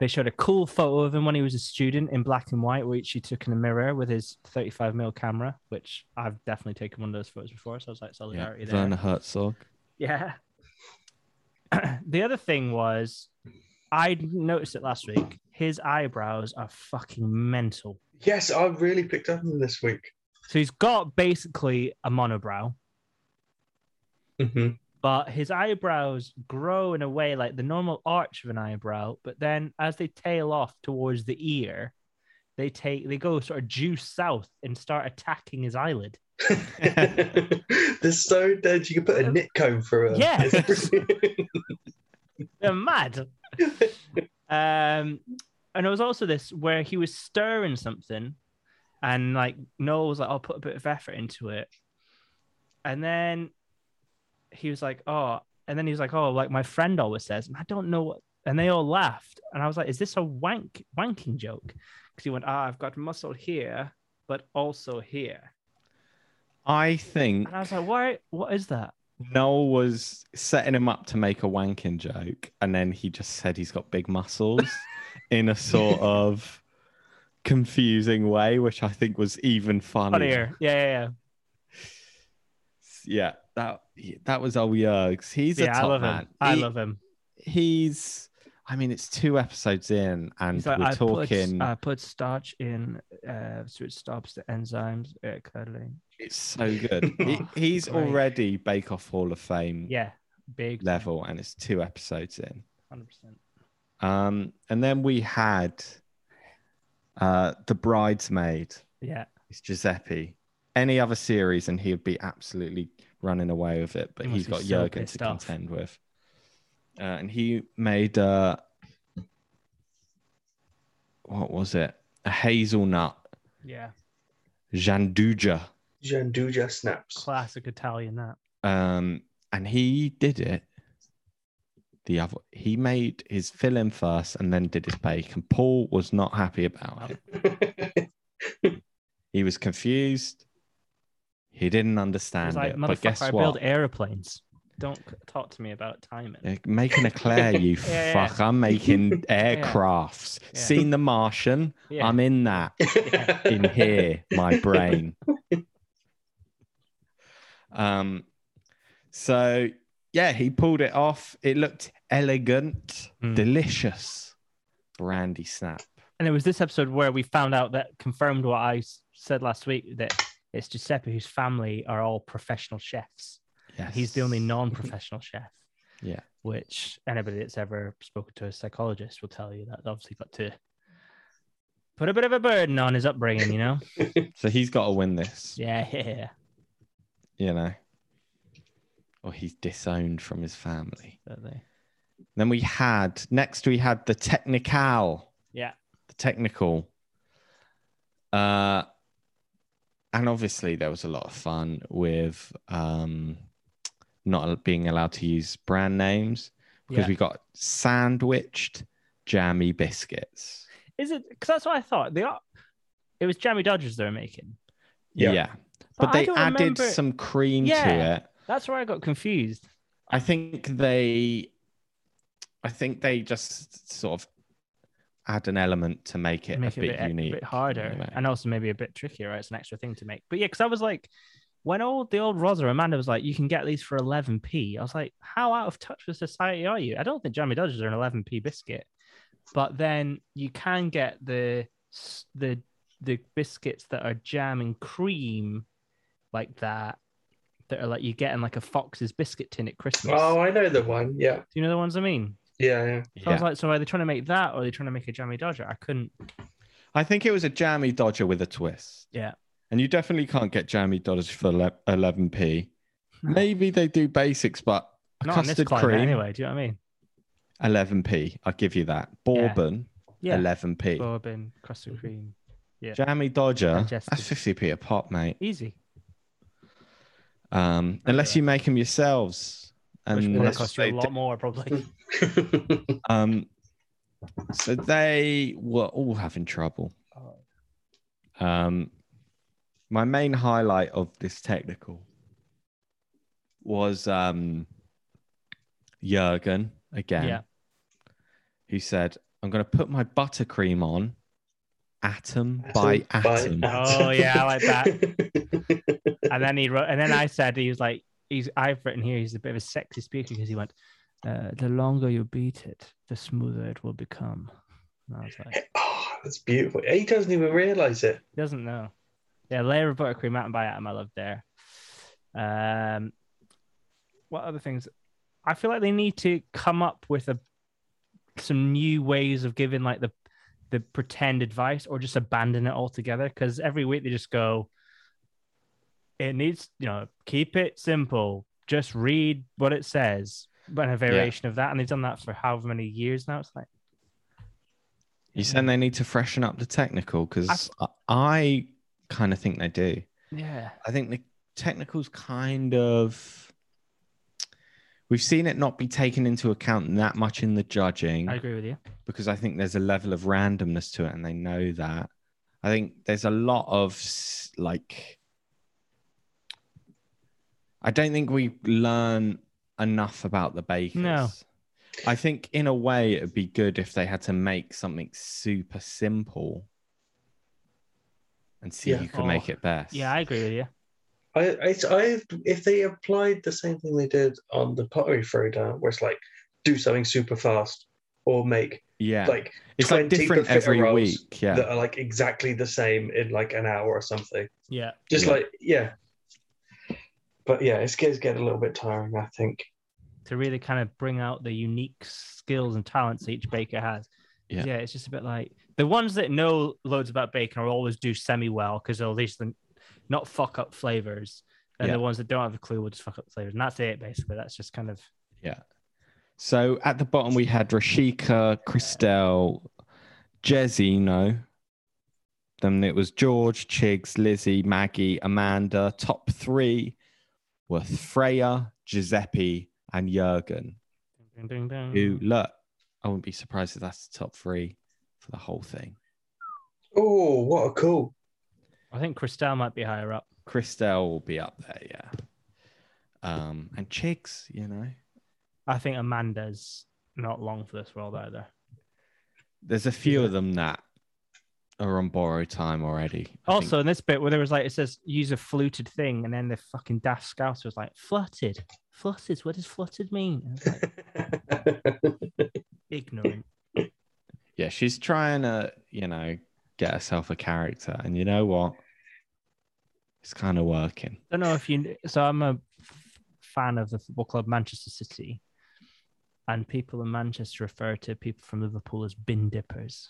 A: They showed a cool photo of him when he was a student in black and white, which he took in a mirror with his 35 mm camera, which I've definitely taken one of those photos before. So I was like,
B: Yeah,
A: solidarity there.
B: Werner Herzog.
A: Yeah. the other thing was, I noticed it last week. His eyebrows are fucking mental.
C: Yes, I really picked up on this week.
A: So he's got basically a monobrow, Mm-hmm.
C: Mhm.
A: but his eyebrows grow in a way like the normal arch of an eyebrow, but then as they tail off towards the ear, they take they go sort of due south and start attacking his eyelid.
C: They're so dead. You can put a knit comb through them.
A: Yeah.
C: It's brilliant.
A: They're mad. um, and it was also this where he was stirring something, and like Noel was like, "I'll put a bit of effort into it," and then he was like, "Oh," and then he was like, "Oh, like my friend always says," and I don't know what. And they all laughed, and I was like, "Is this a wank wanking joke?" Because he went, "Ah, I've got muscle here, but also here,"
B: I think
A: and I was like, "What? What is that?"
B: Noel was setting him up to make a wanking joke, and then he just said he's got big muscles in a sort of confusing way, which I think was even funnier.
A: Funnier, yeah, yeah, yeah.
B: Yeah, that that was all Yergs. He's a
A: yeah
B: top
A: I love
B: man.
A: him. I
B: He-
A: love him.
B: He's. I mean, it's two episodes in, and
A: He's like,
B: we're
A: I
B: talking.
A: Put, uh, I put starch in, uh, so it stops the enzymes uh, curdling.
B: it's so good. he,
A: Oh,
B: he's
A: great.
B: already Bake Off Hall of Fame
A: Yeah, big
B: level, and it's two episodes in.
A: Hundred percent.
B: Um, and then we had uh, The Bridesmaid,
A: Yeah,
B: it's Giuseppe. Any other series, and he would be absolutely running away with it, but
A: He
B: he's
A: must be so
B: got Jurgen to
A: pissed off.
B: contend with. Uh, and he made, uh, what was it? A hazelnut
A: yeah,
B: Janduja.
C: Janduja snaps.
A: classic Italian. That
B: Um, and he did it. The other, he made his fill in first and then did his bake, and Paul was not happy about it. He was confused. He didn't understand
A: he's like,
B: it. But guess
A: motherfucker, I build
B: what?
A: aeroplanes. Don't c- talk to me about timing.
B: They're Making a Claire, you
A: Yeah, yeah.
B: fuck. I'm making aircrafts.
A: Yeah.
B: Seen The Martian.
A: Yeah.
B: I'm in that in here, my brain. um, so yeah, he pulled it off. It looked elegant,
A: Mm.
B: delicious. Brandy snap.
A: And it was this episode where we found out that confirmed what I s- said last week that it's Giuseppe whose family are all professional chefs.
B: Yes.
A: He's the only non-professional chef.
B: Yeah.
A: Which anybody that's ever spoken to a psychologist will tell you that obviously got to put a bit of a burden on his upbringing, you know.
B: So he's got to win this.
A: yeah, yeah.
B: You know. Or he's disowned from his family.
A: Certainly.
B: Then we had next we had the technical.
A: Yeah.
B: The technical. Uh and obviously there was a lot of fun with um not being allowed to use brand names because
A: Yeah.
B: we got sandwiched jammy biscuits.
A: Is it? Because that's what I thought. They are. It was Jammy Dodgers they were making.
C: Yeah.
B: But
A: I
B: they
A: don't
B: added
A: remember-
B: some cream
A: Yeah.
B: to it.
A: That's where I got confused.
B: I think they I think they just sort of add an element to make it
A: Make
B: a
A: it
B: bit, unique.
A: a bit harder,
B: in a way.
A: and also maybe a bit trickier. Right, it's an extra thing to make. But yeah, because I was like, when all the old Rosa Amanda was like, you can get these for 11p. I was like, how out of touch with society are you? I don't think Jammy Dodgers are an 11p biscuit, but then you can get the s- the the biscuits that are jam and cream, like that, that are like you get in like a Fox's biscuit tin at Christmas.
C: oh, I know the one. Yeah.
A: Do you know the ones I mean?
C: Yeah. yeah.
A: So I was like, so are they trying to make that or are they trying to make a Jammy Dodger? I couldn't.
B: I think it was a jammy dodger with a twist.
A: Yeah.
B: And you definitely can't get jammy dodgers for ele- 11p.
A: No.
B: Maybe they do basics, but a
A: Not in this
B: custard
A: climate
B: cream,
A: anyway. Do you know what I mean?
B: 11p. I'll give you that. Bourbon,
A: Yeah.
B: 11p.
A: Bourbon, custard cream. Yeah.
B: Jammy Dodger.
A: Digestive.
B: That's 50p a pop, mate.
A: Easy.
B: Um,
A: Okay.
B: unless you make them yourselves.
A: Which
B: And
A: probably
C: that's
A: costs
B: they
A: you a lot more, probably.
B: Um, so they were all having trouble. Um, my main highlight of this technical was um, Jurgen again,
A: Yeah.
B: who said, I'm going to put my buttercream on atom,
C: Atom
B: by
C: by
B: atom.
A: Oh, yeah, I like and then he wrote, and then I said he was like, he's. I've written here he's a bit of a sexy speaker because he went, uh, the longer you beat it, the smoother it will become. And I was like, he
C: oh, that's beautiful. He doesn't even realize it.
A: doesn't know. Yeah, layer of buttercream, mountain by atom. I love there. Um, what other things? I feel like they need to come up with a some new ways of giving like the the pretend advice or just abandon it altogether because every week they just go it needs you know keep it simple just read what it says but a variation of that and they've done that for however many years now it's like
B: You're saying they need to freshen up the technical because I, I kind of think they do.
A: yeah
B: I think the technicals kind of we've seen it not be taken into account that much in the judging
A: i agree with you
B: because I think there's a level of randomness to it and they know that. I think there's a lot of s- like I don't think we learn enough about the bakers.
A: No.
B: I think in a way it would be good if they had to make something super simple and see
C: Yeah.
B: who could
A: Oh.
B: make it best.
A: yeah i agree with you
C: I, I, I, if they applied the same thing they did on the pottery throwdown, where it's like do something super fast or make
B: yeah.
C: like
B: It's like
C: 20
B: different
C: profiteroles
B: every week. Yeah.
C: that are like exactly the same in like an hour or something.
A: yeah
C: Just
B: Yeah.
C: like yeah. But yeah, it's getting get a little bit tiring, I think.
A: to really kind of bring out the unique skills and talents each baker has. 'Cause,
B: Yeah.
A: Yeah. it's just a bit like the ones that know loads about bacon will always do semi well because they'll at least then not fuck up flavors. And
B: Yeah.
A: the ones that don't have a clue will just fuck up flavors. And that's it, basically. That's just kind of
B: So at the bottom we had Rashika, Christelle, Jezino. Then it was George, Chiggs, Lizzie, Maggie, Amanda. Top three were Freya, Giuseppe, and Jurgen.
A: ding, ding, ding.
B: Who look, I wouldn't be surprised if that's the top three for the whole thing.
C: Oh, what a cool.
A: I think Christelle might be higher up.
B: Christelle will be up there, yeah. Um, and Chiggs, you know.
A: I think Amanda's not long for this world either.
B: There's a few of them that are on borrowed time already. I think
A: Also, in this bit where there was like, it says use a fluted thing, and then the fucking daft scouser was like, fluttered. Fluttered. What does fluttered mean? I was like, ignorant.
B: yeah, she's trying to, you know, get herself a character. And you know what? It's kind of working.
A: don't know if you. So I'm a f- fan of the football club Manchester City, and people in Manchester refer to people from Liverpool as bin dippers.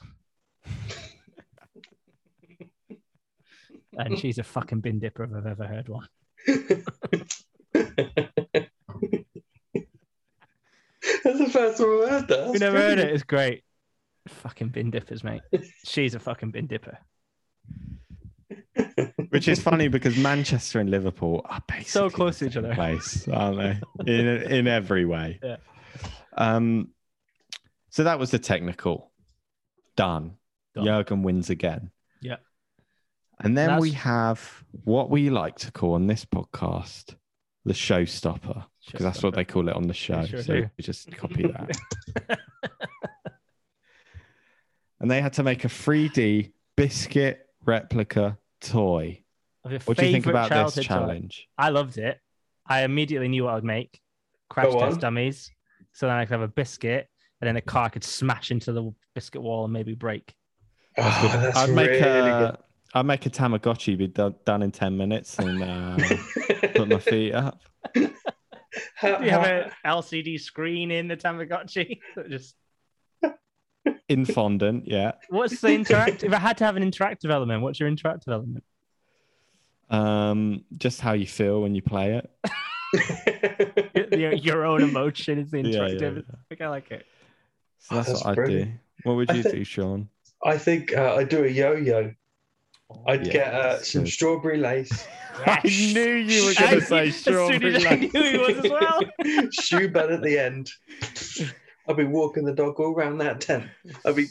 A: and she's a fucking bin dipper if I've ever heard one.
C: That's the first time I've heard that.
A: We never heard it. It's great. Fucking bin dippers, mate. She's a fucking bin dipper.
B: Which is funny because Manchester and Liverpool are basically
A: So
B: the
A: close to each
B: same
A: other.
B: place, aren't they? In in every way.
A: Yeah.
B: Um. So that was the technical. Done.
A: Done.
B: Jurgen wins again.
A: Yeah.
B: And then
A: That's-
B: we have what we like to call on this podcast the showstopper because that's what they call it on the show.
A: sure
B: so
A: do.
B: we just copy that. and they had to make a 3D biscuit replica toy.
A: Of your
B: What do you think
A: favourite
B: about
A: childhood
B: this
A: toy.
B: challenge?
A: I loved it. I immediately knew what I would make crash
C: Go on.
A: test dummies. So then I could have a biscuit and then a car could smash into the biscuit wall and maybe break.
C: Oh, that's
B: I'd make
C: really
B: a I'd make a Tamagotchi be done, done in ten minutes and uh, put my
C: good.
B: feet up.
C: How-
A: Do you have
C: how-
A: an LCD screen in the Tamagotchi? Just
B: In fondant, yeah.
A: what's the interact? if I had to have an interactive element, what's your interactive element?
B: Um, just how you feel when you play it.
A: Your, your own emotion is the
B: Yeah, yeah,
A: interactive.
B: yeah.
A: I think I like it.
B: So that's,
C: That's
B: what I'd do.
C: brilliant.
B: What would
C: I
B: you
C: think-
B: do, Sean?
C: I think uh, I do a yo-yo. I'd
B: Yeah,
C: get uh,
B: that's
C: some
B: good.
C: strawberry lace,
B: I knew you were going
A: I-
B: to say
A: as soon
B: strawberry
A: as I knew
B: lace.
A: he was as well.
C: shoe bed at the end. I'd be walking the dog all around that tent. I'd be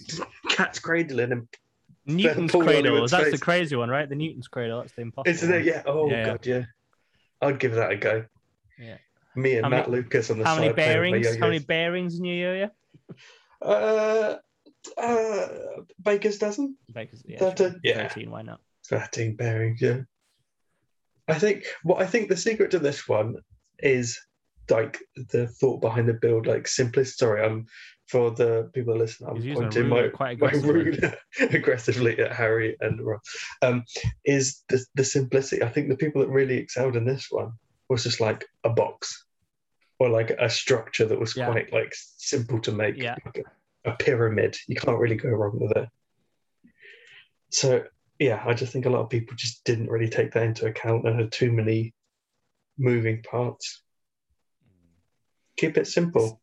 C: cat's cradling him.
A: Newton's
C: Paul
A: cradle.
C: Hollywood's
A: That's the
C: face.
A: crazy one, right? The Newton's cradle. That's the impossible.
C: Isn't it?
A: one.
C: Yeah. Oh
A: Yeah.
C: god, yeah. I'd give that a go.
A: Yeah.
C: Me and
A: How many-
C: Matt Lucas on the
A: How
C: side.
A: many
C: playing with
A: bearings?
C: my
A: How many
C: yo-yos.
A: bearings in your yo-yo?
C: Uh, uh, baker's dozen.
A: Bakers, yeah,
C: That's
A: sure.
C: it, yeah.
A: Thirteen. Why not?
C: Thirteen bearings. Yeah. I think. Well, I think the secret to this one is like the thought behind the build, like simplest. Sorry, I'm for the people listening.
A: He's using
C: I'm
A: a
C: pointing
A: ruler
C: my
A: quite
C: my
A: aggressively.
C: ruler aggressively at Harry and Ron. Um, is the the simplicity? I think the people that really excelled in this one was just like a box or like a structure that was
A: Yeah.
C: quite like simple to make.
A: Yeah.
C: Like a, a pyramid. You can't really go wrong with it. So yeah, I just think a lot of people just didn't really take that into account and had too many moving parts. Keep it simple.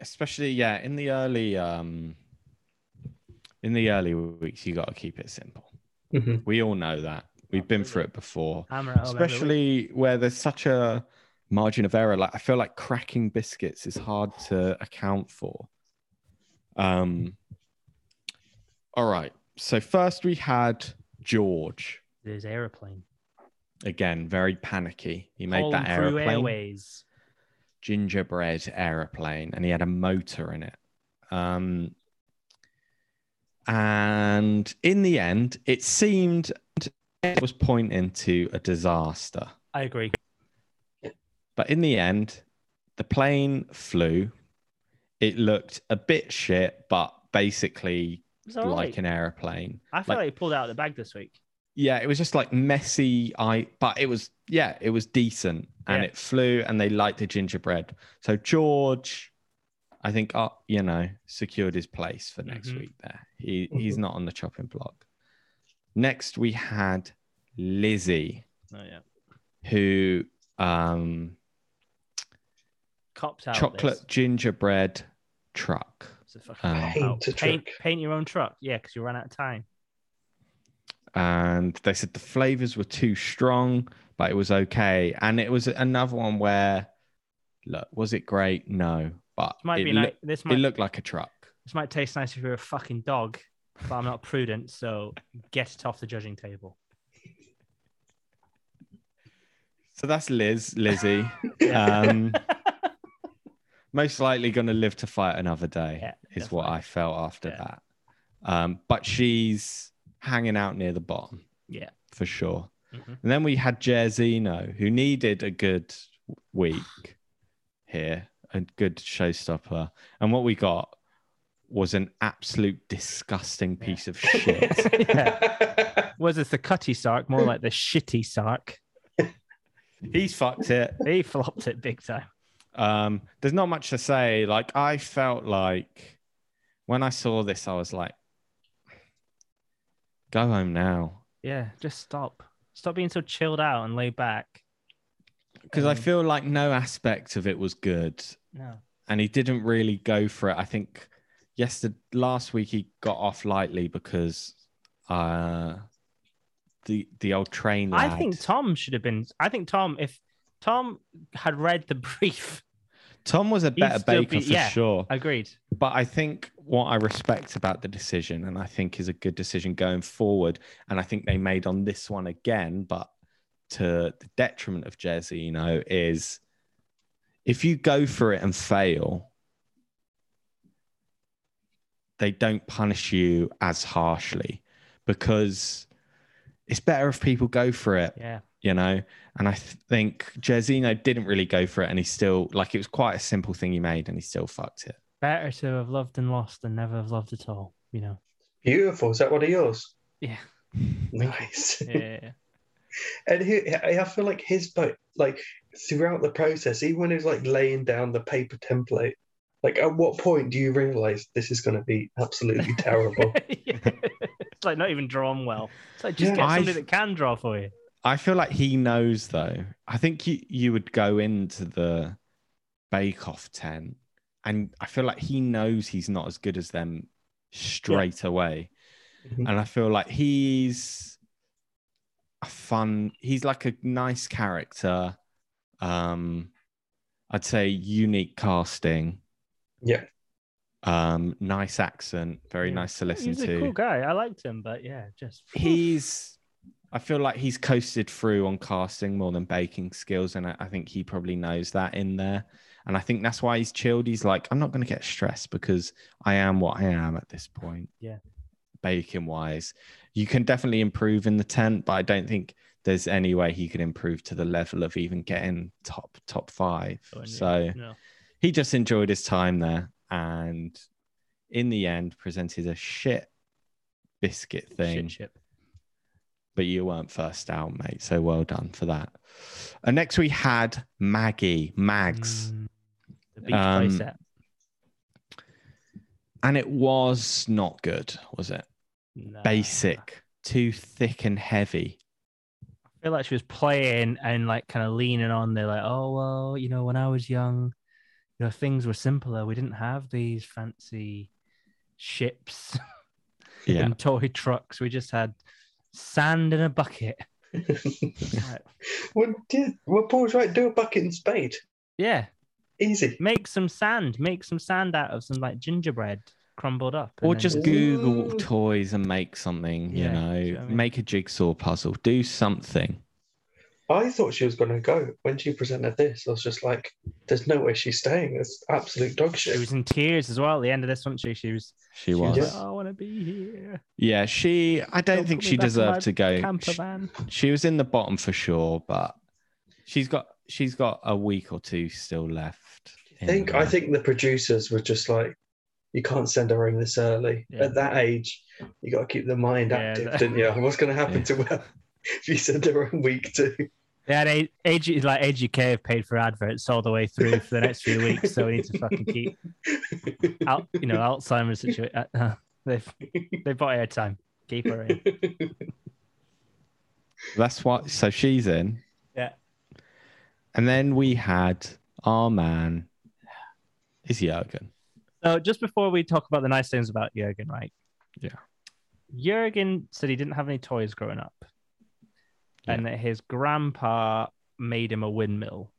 B: Especially, yeah, in the early um, in the early weeks, you got to keep it simple.
C: hmm
B: We all know that. We've been through it before.
A: Hammer Oh, at home every week.
B: especially where there's such a margin of error like i feel like cracking biscuits is hard to account for um all right so first we had george
A: There's aeroplane.
B: again very panicky he made
A: Home
B: that
A: through
B: aeroplane
A: airways.
B: gingerbread aeroplane and he had a motor in it. Um, and in the end, it seemed it was pointing to a disaster.
A: I agree.
B: But in the end, the plane flew. It looked a bit shit, but basically
A: It's all
B: like
A: right.
B: an airplane.
A: I feel like, he pulled out of the bag this week.
B: Yeah, it was just like messy. I but it was yeah, it was decent, and
A: Yeah.
B: it flew, and they liked the gingerbread. So George, I think, uh, you know, secured his place for next
A: Mhm.
B: week. There, he he's not on the chopping block. Next, we had Lizzie,
A: Oh yeah.
B: who um
A: Copped out. of
B: chocolate
A: this.
B: gingerbread truck.
A: It's a fucking
B: Um,
A: cop out.
C: Paint a
A: paint,
C: truck.
A: paint your own truck. Yeah, because you ran out of time.
B: and they said the flavors were too strong, but it was okay. And it was another one where, look, was it great? No, but
A: This might
B: it,
A: be
B: loo-
A: like this
B: it
A: might
B: looked like a truck.
A: this might taste nice if you're a fucking dog, but I'm not prudent, so get it off the judging table.
B: So that's Liz, Lizzie. um, most likely going to live to fight another day,
A: Yeah,
B: is what
A: definitely.
B: I felt after
A: Yeah.
B: that. Um, but she's hanging out near the bottom.
A: Yeah.
B: for sure.
A: Mhm.
B: And then we had Jerzino, who needed a good week here, a good showstopper. And what we got was an absolute disgusting
A: Yeah.
B: piece of shit.
A: Mm-hmm. Was it the cutty sark,
B: Mm.
A: more like the shitty sark?
B: He's fucked it.
A: He flopped it big time.
B: Um, there's not much to say. Like I felt like when I saw this, I was like, "Go home now,"
A: Yeah, just stop. Stop being so chilled out and laid back.
B: because I
A: Um,
B: feel like no aspect of it was good.
A: No.
B: and he didn't really go for it. I think yesterday, last week, he got off lightly because uh, the the old train. Lad,
A: I think Tom should have been. I think Tom, if Tom had read the brief,
B: Tom was a better
A: still
B: baker
A: be-
B: for
A: yeah.
B: sure,
A: agreed.
B: but I think what I respect about the decision, and I think is a good decision going forward, and I think they made on this one again, but to the detriment of Jesse, you know, is if you go for it and fail. they don't punish you as harshly because it's better if people go for it,
A: Yeah.
B: you know. And I th- think Jezino didn't really go for it, and he still like it was quite a simple thing he made, and he still fucked it.
A: Better to have loved and lost than never have loved at all, you know?
C: Beautiful. Is that one of yours?
A: Yeah.
C: Nice.
A: Yeah.
C: And he, I I feel like his boat, like throughout the process, even when he was like laying down the paper template, like at what point do you realize this is going to be absolutely terrible?
A: it's like not even drawn well. It's like just
C: Yeah.
A: get somebody
B: I've-
A: that can draw for you.
B: I feel like he knows though. I think you you would go into the Bake Off tent, and I feel like he knows he's not as good as them straight away,
A: Mm-hmm.
C: Mhm.
B: and I feel like he's a fun. He's like a nice character. Um, I'd say unique casting.
C: Yeah.
B: Um, nice accent. Very
A: Yeah. Oh,
B: nice to listen
A: He's
B: to.
A: a cool guy. I liked him, but yeah, just
B: He's. I feel like he's coasted through on casting more than baking skills, and I, I think he probably knows that in there. And I think that's why he's chilled. He's like, I'm not going to get stressed because I am what I am at this point.
A: Yeah.
B: Baking wise, you can definitely improve in the tent, but I don't think there's any way he could improve to the level of even getting top top five.
A: Oh, and yeah,
B: so
A: no.
B: he just enjoyed his time there and in the end presented a shit biscuit thing
A: shit ship.
B: but you weren't first out mate so well done for that and next we had maggie mags
A: Mm, the beach
B: Um,
A: playset.
B: and it was not good was it
A: Nah.
B: basic too thick and heavy
A: I feel like she was playing and like kind of leaning on the like, oh well, you know, when I was young, you know, things were simpler. We didn't have these fancy ships
B: yeah
A: and toy trucks. We just had sand in a bucket. Like,
C: What did what Paul's right? Do a bucket and spade.
A: yeah,
C: Easy.
A: make some sand. Make some sand out of some like gingerbread crumbled up. and
B: or
A: then-
B: just
C: just-
B: google
C: Ooh.
B: toys and make
A: Yeah,
B: something you
A: see
B: know
A: what I mean?
B: make a jigsaw puzzle do something
C: I thought she was going to go when she presented this. I was just like, "There's no way she's staying. It's absolute dog
A: She
C: shit."
A: was in tears as well at the end of this, wasn't she? She was.
B: she,
A: She was.
B: was
A: like, "Oh, I want to be here.
B: yeah she i don't
A: Don't
B: think
A: put me
B: she
A: back in my
B: deserved to go
A: Camper van.
B: she was in the bottom for sure, but she's got she's got a week or two still left.
C: I think I think the producers were just like, "You can't send her home this early
A: Yeah.
C: at that age. You got to keep the mind
A: Yeah,
C: active,
A: that-
C: didn't you? What's going to happen
B: Yeah.
C: to her if you send her home week two?
A: They had a- AG, like AGK have paid for adverts all the way through for the next few weeks, so we need to fucking keep out, you know, Alzheimer's situation. Uh, uh, they've they bought airtime. Keep her in.
B: that's what. So she's in,
A: Yeah.
B: and then we had our man, is Jurgen.
A: So just before we talk about the nice things about Jurgen, right?
B: Yeah.
A: Jurgen said he didn't have any toys growing up, and that his grandpa made him a windmill.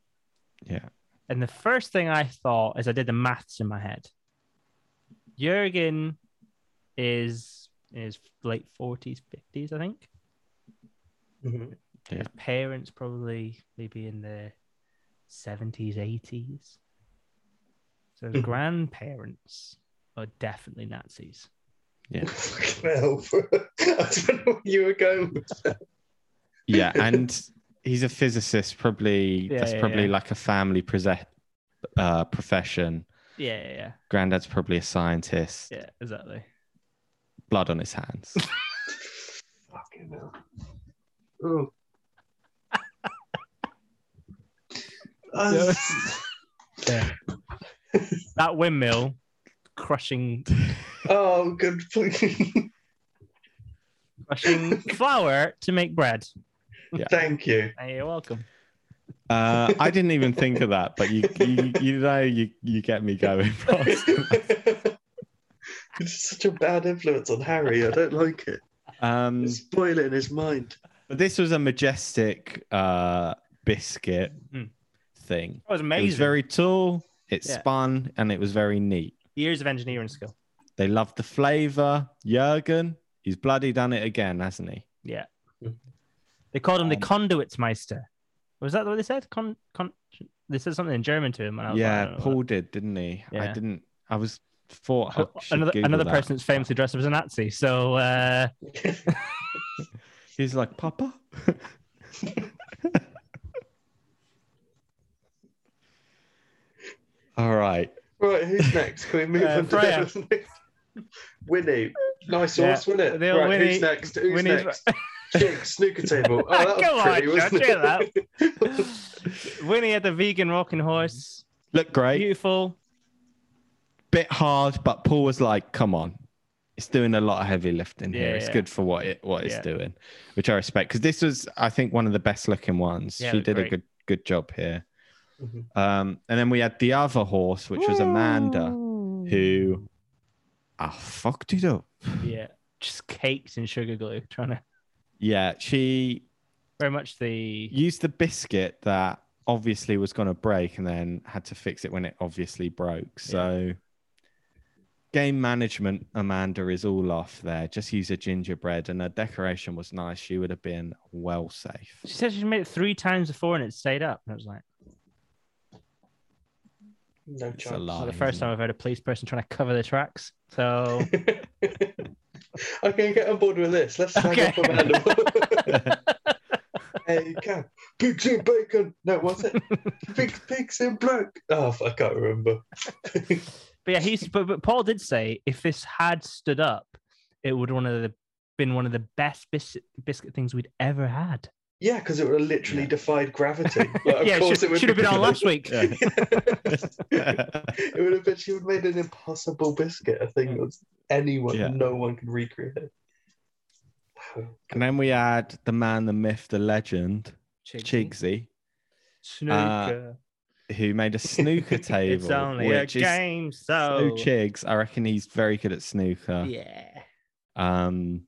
B: Yeah,
A: And the first thing I thought is I did the maths in my head. Jurgen is in his late 40s, 50s, I think. Mm-hmm.
C: Mhm.
B: Yeah.
A: His parents probably maybe in their 70s, 80s. So his
B: Hmm.
C: Mhm.
A: grandparents are definitely Nazis.
B: yeah,
C: Fucking hell, bro. I don't know where you were going. with that.
B: yeah, and he's a physicist. Probably
A: Yeah,
B: that's
A: yeah,
B: probably
A: yeah.
B: like a family prese- uh, profession.
A: Yeah, yeah, yeah.
B: Granddad's probably a scientist.
A: Yeah, exactly.
B: Blood on his hands.
C: Fucking hell. Oh. Uh,
A: That windmill crushing
C: oh, good. point.
A: crushing flour to make bread.
C: Thank you.
A: Hey, you're welcome.
B: Uh, I didn't even think of that, but you you, you know you you get me going. Ross.
C: it's such a bad influence on Harry. I don't like it.
B: Um,
A: Mm.
C: It's spoiling his mind.
B: but this was a majestic uh, biscuit
A: Mm.
B: thing.
A: That was
B: It
A: amazing.
B: was very tall. It
A: Yeah.
B: spun and it was very neat.
A: Years of engineering skill.
B: They loved the flavor. Jurgen, he's bloody done it again, hasn't he?
A: Yeah.
C: Mm.
A: They called him the
B: Um,
A: Conduitsmeister. Was that what they said? Con, con, they said something in German to him. And I was Uh,
B: yeah,
A: like, I don't know
B: Paul did, didn't he? I
A: Yeah.
B: didn't. I was thought I
A: what-
B: should
A: uh, Another,
B: Google
A: another
B: that.
A: person that's famously dressed up as a Nazi. So, uh,
B: He's like Papa. All right.
C: Right, who's next? Can we move
A: Uh,
C: on to
A: Freya.
C: the next? Winnie. Nice
A: Yeah,
C: horse, wasn't it?
A: the old
C: Right,
A: Winnie-
C: who's next? Who's
A: Winnie's-
C: next? Jig, snooker table. Oh, that was
A: Come on,
C: pretty, wasn't
A: Josh,
C: it?
A: Winnie had the vegan rocking horse.
B: Look great.
A: Beautiful.
B: Bit hard, but Paul was like, come on. It's doing a lot of heavy lifting here.
A: Yeah,
B: it's
A: yeah.
B: good for what it what it's
A: Yeah.
B: doing, which I respect. Because this was, I think, one of the best looking ones.
A: Yeah, it
B: she
A: was
B: did a
A: great.
B: good good job here.
C: Mhm.
B: Um, and then we had the other horse, which was Amanda, who I fucked it up.
A: Yeah. Just caked in sugar glue, trying to.
B: Yeah, she
A: Very much the
B: Used the biscuit that obviously was going to break and then had to fix it when it obviously broke. So game management, Amanda, is all off there. Just use a gingerbread and her decoration was nice. She would have been well safe.
A: She said she made it three times before and it stayed up. And I was like,
C: No
B: It's a
C: chance.
A: "This is
B: lie.
A: the first time I've heard a police person trying to cover their tracks. So
C: okay, get on board with this. Let's slag
A: Okay.
C: off Amanda. hey, can pigs and bacon? No, what's it? Pigs, pigs and black. Oh, I can't remember.
A: but yeah, he's but, but Paul did say if this had stood up, it would one of the been one of the best biscuit, biscuit things we'd ever had.
C: Yeah, because it would have literally
B: Yeah.
C: defied gravity. Like, of
A: yeah, it
C: course it
A: should,
C: would
A: should have been on last week.
B: Yeah.
C: it would have been. She would have made an impossible biscuit. I think that anyone,
B: Yeah.
C: no one can recreate. it. Wow.
B: and then we had the man, the myth, the legend, Chigsy,
A: Snooker.
B: Uh, who made a snooker table.
A: it's only a
B: which is
A: game,
B: So
A: so
B: Chigs, I reckon he's very good at snooker.
A: yeah.
B: Um,